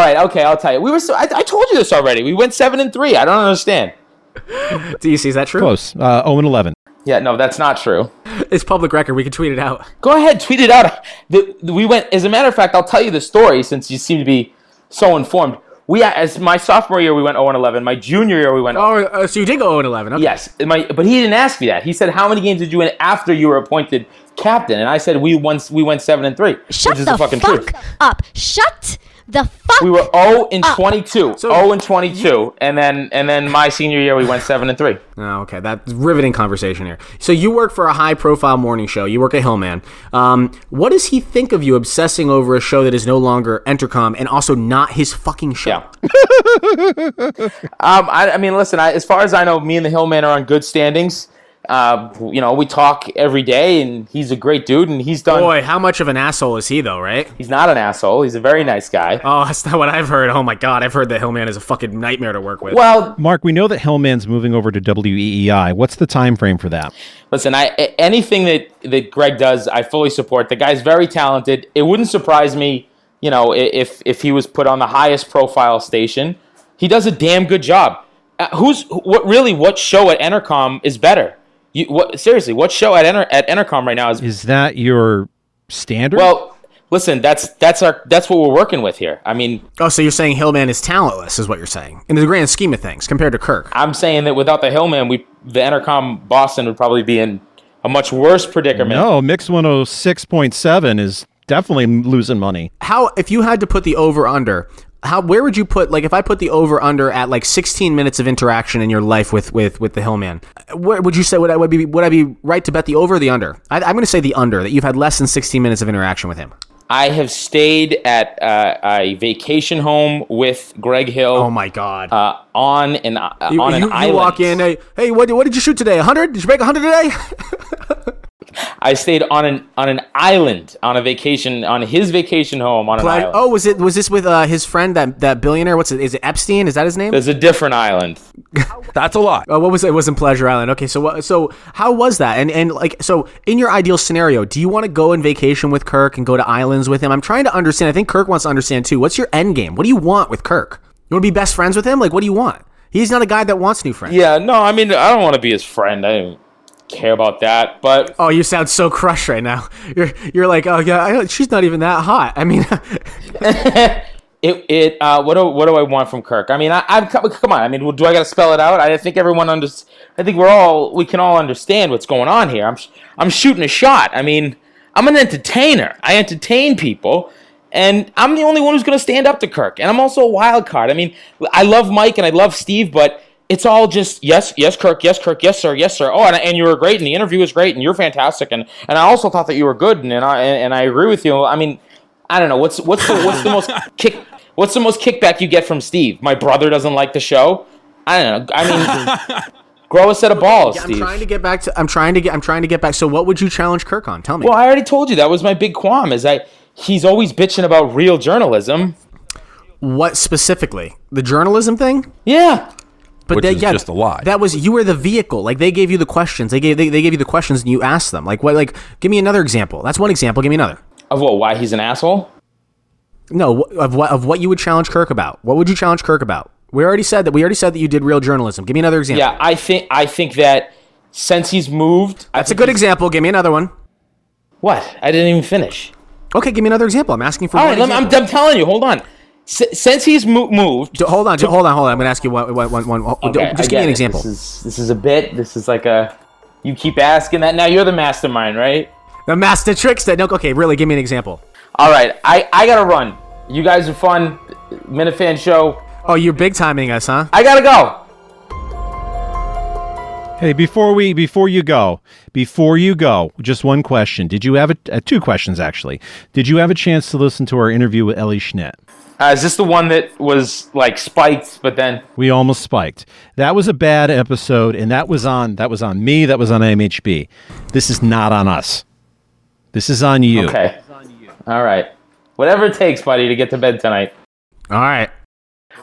Speaker 7: right, okay, I'll tell you. We were so, I, I told you this already. We went seven and three. I don't understand.
Speaker 4: DEC, E is that true?
Speaker 2: Close. Uh, 0 and 11.
Speaker 7: Yeah, no, that's not true.
Speaker 4: It's public record. We can tweet it out.
Speaker 7: Go ahead, tweet it out. The- We went. As a matter of fact, I'll tell you the story since you seem to be so informed. We, as my sophomore year, we went 0 and 11. My junior year, we went.
Speaker 4: Oh, uh, so you did go 0 and 11. Okay.
Speaker 7: Yes, my, but he didn't ask me that. He said, "How many games did you win after you were appointed captain?" And I said, "We once we went seven and three,
Speaker 15: Shut
Speaker 7: which is
Speaker 15: the
Speaker 7: fucking
Speaker 15: fuck
Speaker 7: truth.
Speaker 15: up. Shut
Speaker 14: the fuck?
Speaker 7: We were 0 and
Speaker 15: Uh,
Speaker 7: 22. 0 and 22. And then and then my senior year we went 7 and 3.
Speaker 4: Oh, okay. That's riveting conversation here. So you work for a high profile morning show. You work at Hillman. Um, what does he think of you obsessing over a show that is no longer Entercom and also not his fucking show?
Speaker 7: Um, I, I mean, listen. I, as far as I know, me and the Hillman are on good standings. Uh, you know, we talk every day, and he's a great dude, and he's done.
Speaker 4: Boy, how much of an asshole is he, though? Right?
Speaker 7: He's not an asshole. He's a very nice guy.
Speaker 4: Oh, that's not what I've heard. Oh my god, I've heard that Hillman is a fucking nightmare to work with.
Speaker 7: Well,
Speaker 2: Mark, we know that Hillman's moving over to WEEI. What's the time frame for that?
Speaker 7: Listen, I a- anything that that Greg does, I fully support. The guy's very talented. It wouldn't surprise me, you know, i- if if he was put on the highest profile station. He does a damn good job. Uh, who's wh- what? Really, what show at Entercom is better? You, what seriously? What show at Enter, at Entercom right now is
Speaker 2: Is that your standard?
Speaker 7: well? Listen, that's that's our that's what we're working with here. I mean,
Speaker 4: Oh, so you're saying Hillman is talentless, is what you're saying, in the grand scheme of things, compared to Kirk.
Speaker 7: I'm saying that without the Hillman, we the Entercom Boston would probably be in a much worse predicament.
Speaker 2: no, Mix 106.7 is definitely losing money.
Speaker 4: How, if you had to put the over under, how, where would you put, like, if I put the over under at like 16 minutes of interaction in your life with with with the Hillman, where would you say would I would be would I be right to bet the over or the under? I, I'm going to say the under that you've had less than 16 minutes of interaction with him.
Speaker 7: I have stayed at uh, a vacation home with Greg Hill. Oh
Speaker 4: my god!
Speaker 7: Uh, on an uh,
Speaker 4: You,
Speaker 7: on an
Speaker 4: you- you
Speaker 7: island.
Speaker 4: walk in, hey, hey, what, what did you shoot today? 100? Did you break 100 today?
Speaker 7: I stayed on an on an island on a vacation on his vacation home on an
Speaker 4: Plug-
Speaker 7: island.
Speaker 4: oh, was it was this with uh, his friend that that billionaire? What's it? Is it Epstein? Is that his name?
Speaker 7: There's a different island.
Speaker 4: That's a lot. Oh, what was it? It wasn't Pleasure Island. Okay, so what? So how was that? And and like so, in your ideal scenario, do you want to go on vacation with Kirk and go to islands with him? I'm trying to understand. I think Kirk wants to understand too. What's your end game? What do you want with Kirk? You want to be best friends with him? Like, what do you want? He's not a guy that wants new friends.
Speaker 7: Yeah, no, I mean I don't want to be his friend. I don't care about that. But
Speaker 4: Oh, you sound so crushed right now. You're you're like, oh yeah, I don't, she's not even that hot. I mean,
Speaker 7: it it uh, what do what do I want from Kirk? I mean, I, I'm come come on. I mean, well, do I got to spell it out? I think everyone under I think we're all we can all understand what's going on here. I'm sh- I'm shooting a shot. I mean, I'm an entertainer. I entertain people, and I'm the only one who's going to stand up to Kirk. And I'm also a wild card. I mean, I love Mike and I love Steve, but it's all just yes, yes, Kirk, yes, Kirk, yes, sir, yes, sir. Oh, and, and you were great, and the interview was great, and you're fantastic, and and I also thought that you were good, and and I and, and I agree with you. I mean. I don't know what's what's the what's the most kick what's the most kickback you get from Steve? My brother doesn't like the show. I don't know. I mean, grow a set of balls,
Speaker 4: I'm
Speaker 7: Steve.
Speaker 4: trying to get back to. I'm trying to get. I'm trying to get back. So, what would you challenge Kirk on? Tell me.
Speaker 7: Well, I already told you that was my big qualm. Is I he's always bitching about real journalism.
Speaker 4: What specifically? The journalism thing?
Speaker 7: Yeah.
Speaker 4: But
Speaker 15: Which
Speaker 4: that,
Speaker 15: is
Speaker 4: yeah,
Speaker 15: just a lie.
Speaker 4: That was you were the vehicle. Like they gave you the questions. They gave they, they gave you the questions and you asked them. Like what? Like give me another example. That's one example. Give me another.
Speaker 7: Of what? Why he's an asshole?
Speaker 4: No, wh- of what of what you would challenge Kirk about? What would you challenge Kirk about? We already said that. We already said that you did real journalism. Give me another example.
Speaker 7: Yeah, I think I think that since he's moved,
Speaker 4: that's a good example. Give me another one.
Speaker 7: What? I didn't even finish.
Speaker 4: Okay, give me another example. I'm asking for.
Speaker 7: All
Speaker 4: one
Speaker 7: right, let me- I'm,
Speaker 4: example.
Speaker 7: I'm telling you. Hold on. S- since he's mo- moved,
Speaker 4: D- hold on, j- hold on, hold on. I'm gonna ask you one, one, one, one. one-
Speaker 7: Okay, I
Speaker 4: just give
Speaker 7: get
Speaker 4: me an
Speaker 7: it.
Speaker 4: example.
Speaker 7: This is this is a bit. This is like a. You keep asking that. Now you're the mastermind, right?
Speaker 4: The master tricks that no. Okay, really, give me an example.
Speaker 7: All right, I I gotta run. You guys are fun. Minifan show.
Speaker 4: Oh, you're big timing us, huh?
Speaker 7: I gotta go.
Speaker 2: Hey, before we before you go, before you go, just one question. Did you have a uh, two questions actually? Did you have a chance to listen to our interview with Ellie Schnitt?
Speaker 7: Uh, is this the one that was like spiked, but then
Speaker 2: We almost spiked. That was a bad episode, and that was on that was on me. That was on MHB. This is not on us. This is on you.
Speaker 7: okay. All right, whatever it takes, buddy, to get to bed tonight.
Speaker 4: All right.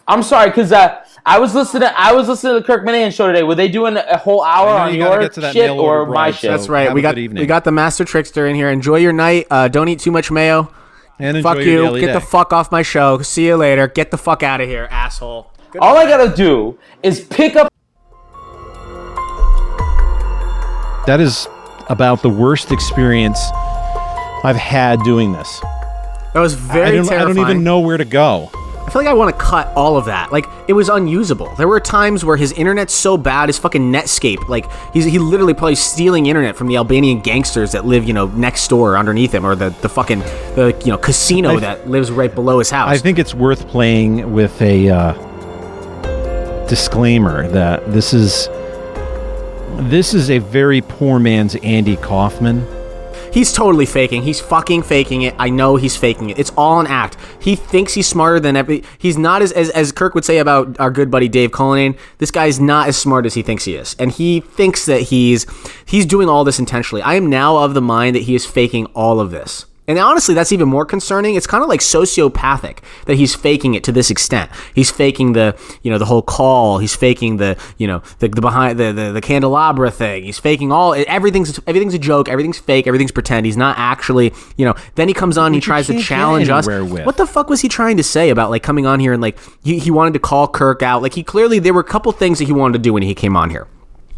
Speaker 7: I'm sorry, cause uh, I was listening. I was listening to the Kirk Minahan show today. Were they doing a whole hour
Speaker 2: I know
Speaker 7: on
Speaker 2: you gotta
Speaker 7: your
Speaker 2: get to that
Speaker 7: shit
Speaker 2: mail order
Speaker 7: or my
Speaker 2: bride,
Speaker 7: shit?
Speaker 2: so
Speaker 4: That's right. We
Speaker 2: a
Speaker 4: got
Speaker 2: good evening.
Speaker 4: we got the master trickster in here. Enjoy your night. Uh, don't eat too much mayo.
Speaker 2: And
Speaker 4: fuck
Speaker 2: enjoy
Speaker 4: you.
Speaker 2: your daily
Speaker 4: Get the
Speaker 2: day.
Speaker 4: fuck off my show. See you later. Get the fuck out of here, asshole.
Speaker 7: All I gotta do is pick up.
Speaker 2: That is about the worst experience I've had doing this.
Speaker 4: That was very
Speaker 2: I don't, I
Speaker 4: terrifying.
Speaker 2: don't even know where to go.
Speaker 4: I feel like I want to cut all of that. Like it was unusable. There were times where his internet's so bad, his fucking Netscape. Like he's he literally probably stealing internet from the Albanian gangsters that live you know next door or underneath him, or the the fucking the you know casino
Speaker 2: I-
Speaker 4: that lives right below his house.
Speaker 2: I think it's worth playing with a uh, disclaimer that this is this is a very poor man's Andy Kaufman.
Speaker 4: He's totally faking. He's fucking faking it. I know he's faking it. It's all an act. He thinks he's smarter than every. He's not as as, as Kirk would say about our good buddy Dave Cullinane. This guy's not as smart as he thinks he is, and he thinks that he's he's doing all this intentionally. I am now of the mind that he is faking all of this. And honestly, that's even more concerning. It's kind of like sociopathic that he's faking it to this extent. He's faking the, you know, the whole call. He's faking the, you know, the, the behind the, the the candelabra thing. He's faking all e, everything's everything's a joke. Everything's fake. Everything's pretend. He's not actually, you know. Then he comes on. He tries to
Speaker 2: can't get
Speaker 4: challenge us.
Speaker 2: anywhere with.
Speaker 4: What the fuck was he trying to say about like coming on here and like he, he wanted to call Kirk out? Like he clearly there were a couple things that he wanted to do when he came on here.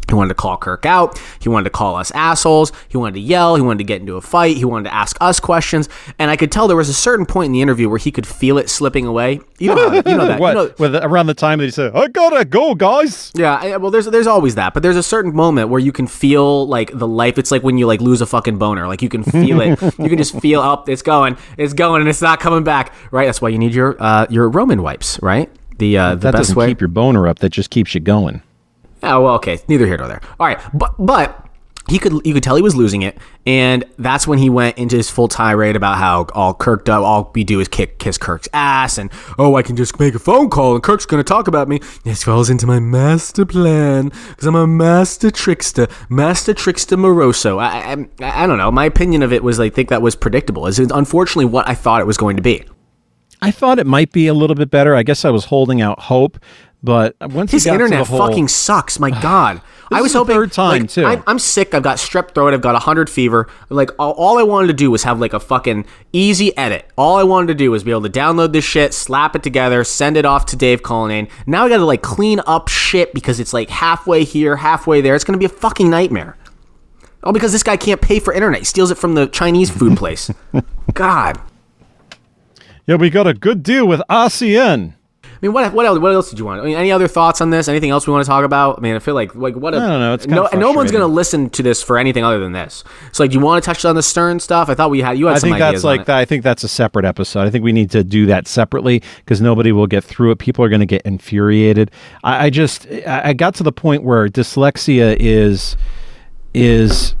Speaker 4: He wanted to call Kirk out. He wanted to call us assholes. He wanted to yell. He wanted to get into a fight. He wanted to ask us questions. And I could tell there was a certain point in the interview where he could feel it slipping away. You know, that. You know that. You
Speaker 2: what?
Speaker 4: know-
Speaker 2: With, around the time that he said, "I gotta go, guys."
Speaker 4: yeah, I- well, there's there's always that, but there's a certain moment where you can feel like the life. It's like when you like lose a fucking boner, like you can feel it. you can just feel up. it's going, it's going, and it's not coming back. Right. That's why you need your uh, your Roman wipes. Right. The uh, the
Speaker 2: that
Speaker 4: best
Speaker 2: doesn't
Speaker 4: way.
Speaker 2: keep your boner up. That just keeps you going.
Speaker 4: Oh well, okay. Neither here nor there. All right, but but he could you could tell he was losing it, and that's when he went into his full tirade about how all Kirk do, all we do is kick kiss Kirk's ass, and oh I can just make a phone call and Kirk's gonna talk about me. This falls into my master plan because I'm a master trickster, master trickster moroso. I, I I don't know. My opinion of it was I think that was predictable. Is unfortunately what I thought it was going to be.
Speaker 2: I thought it might be a little bit better. I guess I was holding out hope, but once
Speaker 4: His
Speaker 2: he got to the
Speaker 4: internet
Speaker 2: whole-
Speaker 4: fucking sucks. My God, I was
Speaker 2: is the
Speaker 4: hoping
Speaker 2: third time,
Speaker 4: like,
Speaker 2: too.
Speaker 4: I'm, I'm sick. I've got strep throat. I've got a hundred fever. Like all, all I wanted to do was have like a fucking easy edit. All I wanted to do was be able to download this shit, slap it together, send it off to Dave Cullinane. Now I got to like clean up shit because it's like halfway here, halfway there. It's gonna be a fucking nightmare. All because this guy can't pay for internet. He steals it from the Chinese food place. God.
Speaker 2: yeah, we got a good deal with RCN.
Speaker 4: I mean, what what else? What else did you want? I mean, any other thoughts on this? Anything else we want to talk about? I mean, I feel like like what? A,
Speaker 2: I don't know, it's
Speaker 4: no,
Speaker 2: kinda
Speaker 4: no one's
Speaker 2: frustrating.
Speaker 4: gonna listen to this for anything other than this. So like, do you want to touch on the Stern stuff? I thought we had you had
Speaker 2: I
Speaker 4: some
Speaker 2: think
Speaker 4: ideas
Speaker 2: that's like
Speaker 4: on it.
Speaker 2: that. I think that's a separate episode. I think we need to do that separately because nobody will get through it. People are going to get infuriated. I, I just I I got to the point where dyslexia is is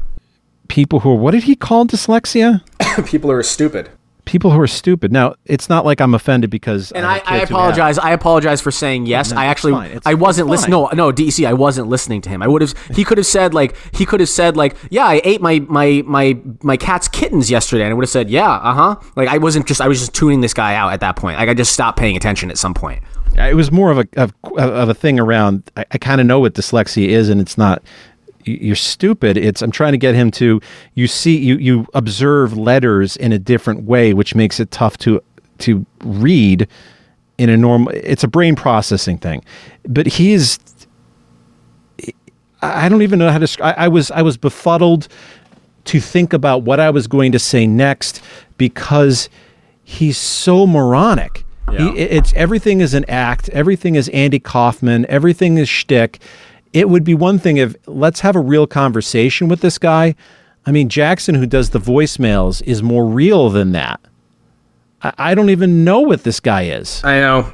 Speaker 2: people who are what did he call dyslexia?
Speaker 4: people are stupid.
Speaker 2: people who are stupid. Now it's not like I'm offended because
Speaker 4: And I, I
Speaker 2: kids who have-
Speaker 4: apologize. I apologize for saying yes. I
Speaker 2: fine.
Speaker 4: actually
Speaker 2: It's-
Speaker 4: I wasn't
Speaker 2: it's
Speaker 4: listening. No, no, DC. I wasn't listening to him. I would have. He could have said like he could have said like yeah. I ate my my my my cat's kittens yesterday, and I would have said yeah. Uh huh. Like I wasn't just I was just tuning this guy out at that point. Like I just stopped paying attention at some point.
Speaker 2: Uh, it was more of a of, of a thing around. I, I kind of know what dyslexia is, and it's not y- you're stupid. It's I'm trying to get him to you see you you observe letters in a different way, which makes it tough to to read in a normal. It's a brain processing thing, but he is. I I don't even know how to. descri- I, I was I was befuddled to think about what I was going to say next because he's so moronic. He, it- it's everything is an act. Everything is Andy Kaufman. Everything is shtick. It would be one thing if let's have a real conversation with this guy. I mean, Jackson, who does the voicemails, is more real than that. I, I don't even know what this guy is.
Speaker 4: I know.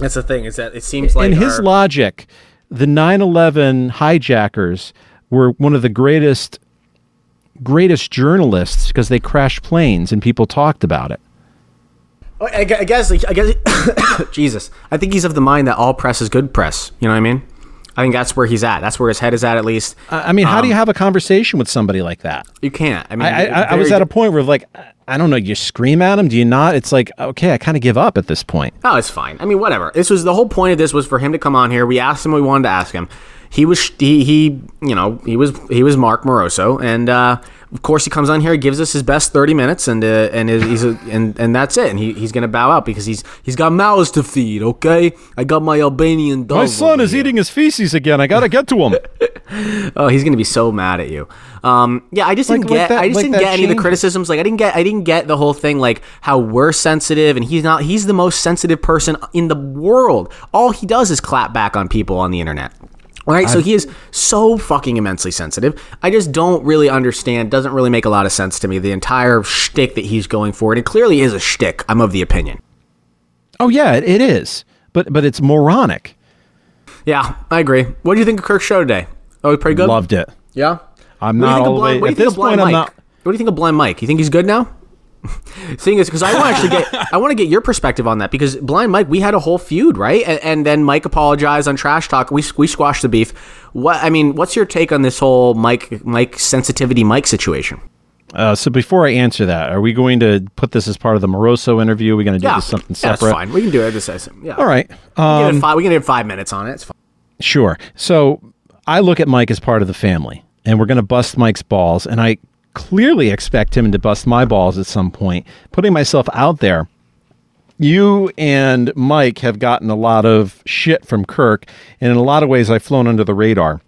Speaker 4: That's the thing. Is that it seems like
Speaker 2: in his
Speaker 4: our-
Speaker 2: logic, the 9/11 hijackers were one of the greatest greatest journalists because they crashed planes and people talked about it.
Speaker 4: Oh, I gu- I guess. I guess. Jesus, I think he's of the mind that all press is good press. You know what I mean? I think that's where he's at. That's where his head is at, at least.
Speaker 2: I I mean, how do
Speaker 4: Um,
Speaker 2: you have a conversation with somebody like that?
Speaker 4: You can't. I mean,
Speaker 2: I, I, I was
Speaker 4: very-
Speaker 2: at a point where like I don't know, you scream at him, do you not? It's like okay, I kind of give up at this point.
Speaker 4: Oh, it's fine. I mean, whatever. This was the whole point of this was for him to come on here. We asked him what we wanted to ask him. He was he, he you know he was he was Mark Moroso, and uh, Of course, he comes on here, gives us his best thirty minutes, and uh, and is- he's a, and and that's it. And he, he's gonna bow out because he's he's got mouths to feed. Okay, I got my Albanian dog.
Speaker 2: My son is eating his feces again. I gotta get to him.
Speaker 4: oh, he's gonna be so mad at you. Um, yeah, I just
Speaker 2: Like-
Speaker 4: didn't
Speaker 2: like
Speaker 4: get.
Speaker 2: that-
Speaker 4: I just
Speaker 2: like
Speaker 4: didn't
Speaker 2: that
Speaker 4: get any of the
Speaker 2: change.
Speaker 4: criticisms. Like I didn't get. I didn't get the whole thing. Like how we're sensitive, and he's not. He's the most sensitive person in the world. All he does is clap back on people on the internet. All right, so
Speaker 2: I've-
Speaker 4: he is so fucking immensely sensitive. I just don't really understand. Doesn't really make a lot of sense to me. The entire shtick that he's going for, and it clearly is a shtick. I'm of the opinion.
Speaker 2: Oh yeah, it, it is. But but it's moronic.
Speaker 4: Yeah, I agree. What do you think of Kirk's show today? Oh, pretty good.
Speaker 2: Loved it.
Speaker 4: Yeah.
Speaker 2: I'm
Speaker 4: What do you
Speaker 2: not
Speaker 4: think of
Speaker 2: all the way.
Speaker 4: blind- what do you
Speaker 2: At
Speaker 4: think of
Speaker 2: this point,
Speaker 4: blind
Speaker 2: I'm
Speaker 4: Mike?
Speaker 2: not.
Speaker 4: What do you think of Blind Mike? You think he's good now? Thing is, because I want to actually get, I want to get your perspective on that because Blind Mike, we had a whole feud, right? And, and then Mike apologized on Trash Talk. We we squashed the beef. What I mean, what's your take on this whole Mike Mike sensitivity Mike situation?
Speaker 2: Uh, so before I answer that, are we going to put this as part of the Moroso interview? Are we going to do this something
Speaker 4: yeah, that's
Speaker 2: separate?
Speaker 4: fine. We can do it. This is, yeah.
Speaker 2: All right.
Speaker 4: we, can
Speaker 2: Um,
Speaker 4: get five, we can get five minutes on it. It's fine.
Speaker 2: Sure. So I look at Mike as part of the family, and we're going to bust Mike's balls, and I clearly expect him to bust my balls at some point. Putting myself out there, you and Mike have gotten a lot of shit from Kirk, and in a lot of ways, I've flown under the radar,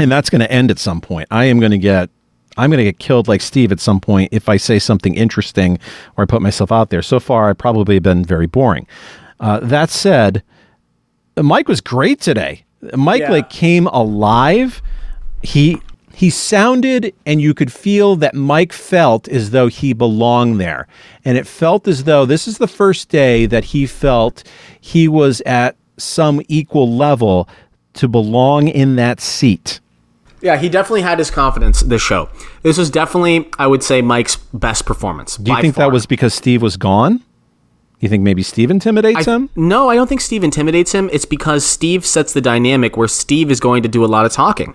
Speaker 2: and that's going to end at some point. I am going to get. I'm going to get killed like Steve at some point if I say something interesting or I put myself out there. So far, I've probably been very boring. Uh, that said, Mike was great today. Mike like came alive. He he sounded and you could feel that Mike felt as though he belonged there. And it felt as though this is the first day that he felt he was at some equal level to belong in that seat.
Speaker 4: Yeah, he definitely had his confidence. This show. This was definitely, I would say, Mike's best performance.
Speaker 2: Do you
Speaker 4: by
Speaker 2: think
Speaker 4: far.
Speaker 2: that was because Steve was gone? You think maybe Steve intimidates
Speaker 4: I-
Speaker 2: him?
Speaker 4: No, I don't think Steve intimidates him. It's because Steve sets the dynamic where Steve is going to do a lot of talking.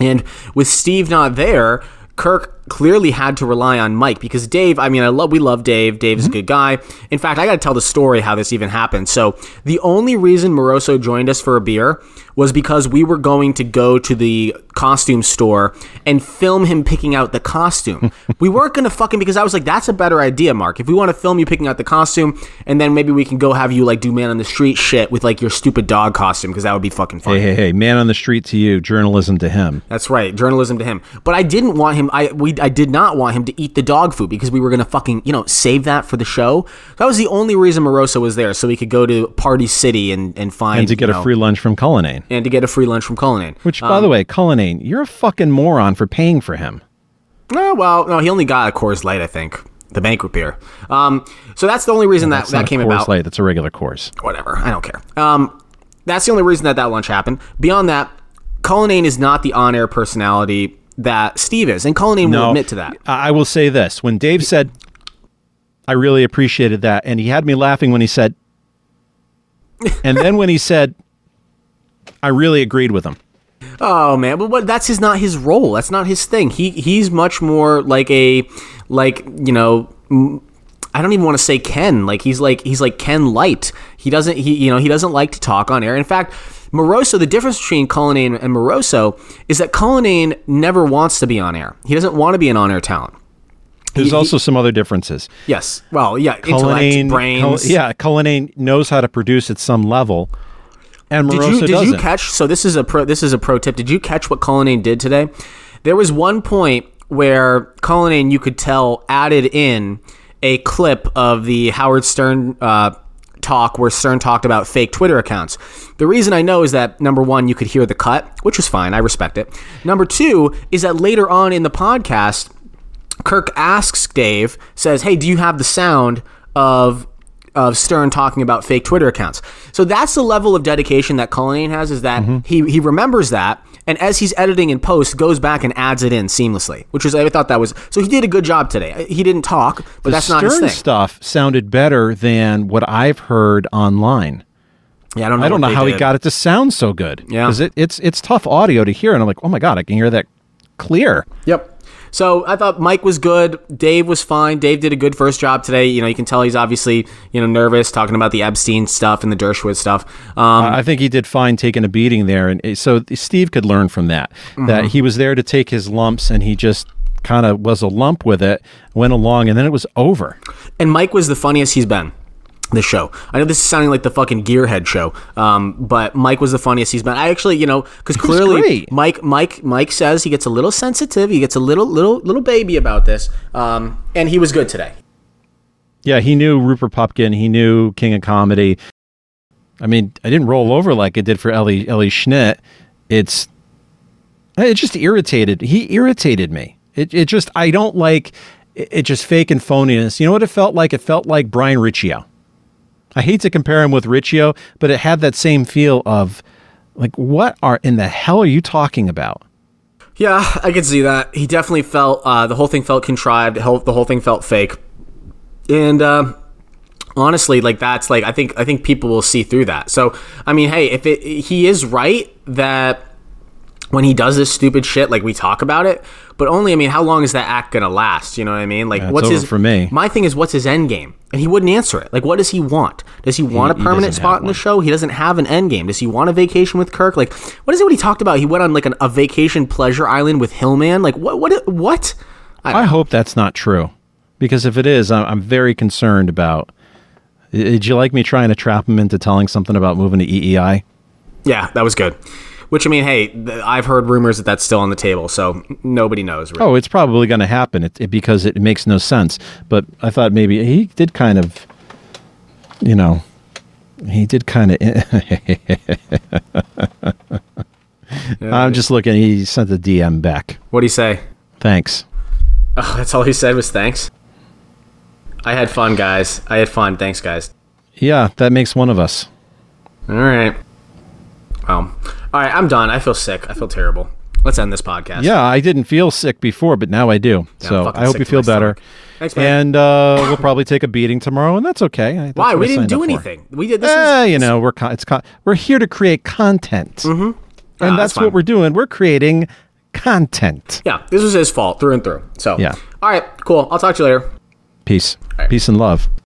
Speaker 4: And with Steve not there, Kirk clearly had to rely on Mike because Dave, I mean, I love we love Dave. Dave's a good guy. In fact, I got to tell the story how this even happened. So, the only reason Moroso joined us for a beer was because we were going to go to the costume store and film him picking out the costume. we weren't going to fucking because I was like that's a better idea, Mark. If we want to film you picking out the costume and then maybe we can go have you like do man on the street shit with like your stupid dog costume because that would be fucking fun.
Speaker 2: Hey, hey, hey, man on the street to you, journalism to him.
Speaker 4: That's right, journalism to him. But I didn't want him. I we I did not want him to eat the dog food because we were gonna fucking you know save that for the show. That was the only reason Moroso was there, so he could go to Party City and and find
Speaker 2: And to get
Speaker 4: you
Speaker 2: a
Speaker 4: know,
Speaker 2: free lunch from Cullinane.
Speaker 4: and to get a free lunch from Cullinan. Uh,
Speaker 2: Which, by the way, Cullinane, you're a fucking moron for paying for him.
Speaker 4: No, well, no, he only got a Coors Light, I think, the banquet beer. Um, so that's the only reason that
Speaker 2: Not
Speaker 4: that
Speaker 2: a
Speaker 4: came
Speaker 2: Coors
Speaker 4: about.
Speaker 2: Light, that's a regular course.
Speaker 4: Whatever, I don't care. Um, that's the only reason that that lunch happened. Beyond that, Cullinane is not the on-air personality that Steve is, and Cullinane will admit to that.
Speaker 2: I I will say this: when Dave said, "I really appreciated that," and he had me laughing when he said, and then when he said, "I really agreed with him."
Speaker 4: Oh man, but what, that's his not his role. That's not his thing. He he's much more like a like you know. m- I don't even want to say Ken. Like he's like he's like Ken Light. He doesn't he you know he doesn't like to talk on air. In fact, Moroso. The difference between Cullinane and Moroso is that Cullinane never wants to be on air. He doesn't want to be an on air talent.
Speaker 2: There's
Speaker 4: He-
Speaker 2: also some other differences.
Speaker 4: Yes. Well, yeah.
Speaker 2: Cullinane,
Speaker 4: intellect, brains.
Speaker 2: Cull- yeah, Cullinane knows how to produce at some level, and
Speaker 4: Did
Speaker 2: Moroso
Speaker 4: you did
Speaker 2: doesn't.
Speaker 4: you catch? So this is a pro, this is a pro tip. Did you catch what Cullinane did today? There was one point where Cullinane, you could tell, added in a clip of the Howard Stern uh, talk where Stern talked about fake Twitter accounts. The reason I know is that number one, you could hear the cut, which was fine. I respect it. Number two is that later on in the podcast. Kirk asks Dave, says, "Hey, do you have the sound of of Stern talking about fake Twitter accounts?" So that's the level of dedication that Cullinane has. Is that
Speaker 2: Mm-hmm.
Speaker 4: he he remembers that, and as he's editing in post, goes back and adds it in seamlessly, which is I thought that was so he did a good job today. He didn't talk, but
Speaker 2: the
Speaker 4: that's
Speaker 2: Stern
Speaker 4: not his thing.
Speaker 2: stuff sounded better than what I've heard online.
Speaker 4: Yeah, I don't know.
Speaker 2: I don't
Speaker 4: what
Speaker 2: know
Speaker 4: they
Speaker 2: how he
Speaker 4: did.
Speaker 2: got it to sound so good.
Speaker 4: Yeah.
Speaker 2: because it, it's it's tough audio to hear, and I'm like, oh my god, I can hear that clear.
Speaker 4: Yep. So I thought Mike was good. Dave was fine. Dave did a good first job today. You know, you can tell he's obviously you know nervous talking about the Epstein stuff and the Dershowitz stuff. Um,
Speaker 2: I think he did fine taking a eh, beating there, and uh, so Steve could learn from that. That
Speaker 4: Mhm.
Speaker 2: he was there to take his lumps, and he just kind of was a lump with it, went along, and then it was over.
Speaker 4: And Mike was the funniest he's been. This show. I know this is sounding like the fucking gearhead show, um, but Mike was the funniest he's been. I actually, you know, because clearly Mike, Mike, Mike says he gets a little sensitive. He gets a little, little, little baby about this, um, and he was good today.
Speaker 2: Yeah, he knew Rupert Pupkin. He knew King of Comedy. I mean, I didn't roll over like it did for Ellie Ellie Schnitt. It's it just irritated. He irritated me. It it just I don't like it, it just fake and phoniness. You know what it felt like? It felt like Brian Riccio. I hate to compare him with Riccio, but it had that same feel of like what are in the hell are you talking about?
Speaker 4: Yeah, I could see that. He definitely felt uh, the whole thing felt contrived. The whole, the whole thing felt fake, and uh, honestly, like that's like I think I think people will see through that. So I mean, hey, if it, he is right that when he does this stupid shit, like we talk about it, but only I mean, how long is that act gonna last? You know what I mean? Like,
Speaker 2: Yeah, it's
Speaker 4: what's
Speaker 2: over
Speaker 4: his
Speaker 2: for me.
Speaker 4: My thing is, what's his end game? And he wouldn't answer it. Like, what does he want? Does he want
Speaker 2: he
Speaker 4: a permanent
Speaker 2: doesn't have
Speaker 4: spot in the show? He doesn't have an end game. Does he want a vacation with Kirk? Like, what is it? What he talked about? He went on like an, a vacation pleasure island with Hillman. Like, what? What? What?
Speaker 2: I, hope that's not true, because if it is, I'm, I'm very concerned about. I- Did you like me trying to trap him into telling something about moving to E EEI?
Speaker 4: Yeah, that was good. Which I mean, hey, th- I've heard rumors that that's still on the table, so nobody knows. Really.
Speaker 2: Oh, it's probably going to happen it, it- because it makes no sense. But I thought maybe he did kind of, you know, he did kind of. I'm just looking. He sent the DM back.
Speaker 4: What do you say?
Speaker 2: Thanks.
Speaker 4: Oh, that's all he said was thanks. I had fun, guys. I had fun. Thanks, guys.
Speaker 2: Yeah, that makes one of us.
Speaker 4: All right. Um. All right, I'm done. I feel sick. I feel terrible. Let's end this podcast.
Speaker 2: Yeah, I didn't feel sick before, but now I do.
Speaker 4: Yeah, I'm
Speaker 2: so
Speaker 4: fucking
Speaker 2: I hope
Speaker 4: sick
Speaker 2: you
Speaker 4: to
Speaker 2: feel
Speaker 4: my
Speaker 2: better.
Speaker 4: Thanks, man.
Speaker 2: and uh, we'll probably take a beating tomorrow, and that's okay. I- that's
Speaker 4: Why?
Speaker 2: what
Speaker 4: We
Speaker 2: I
Speaker 4: didn't
Speaker 2: signed
Speaker 4: do
Speaker 2: up for.
Speaker 4: anything. We did this.
Speaker 2: Eh, you know, we're con- it's con- we're here to create content, mm-hmm. and
Speaker 4: Ah, that's
Speaker 2: that's
Speaker 4: fine.
Speaker 2: what we're doing. We're creating content.
Speaker 4: Yeah, this was his fault through and through. So.
Speaker 2: Yeah.
Speaker 4: All right. Cool. I'll talk to you later.
Speaker 2: Peace, peace, and love.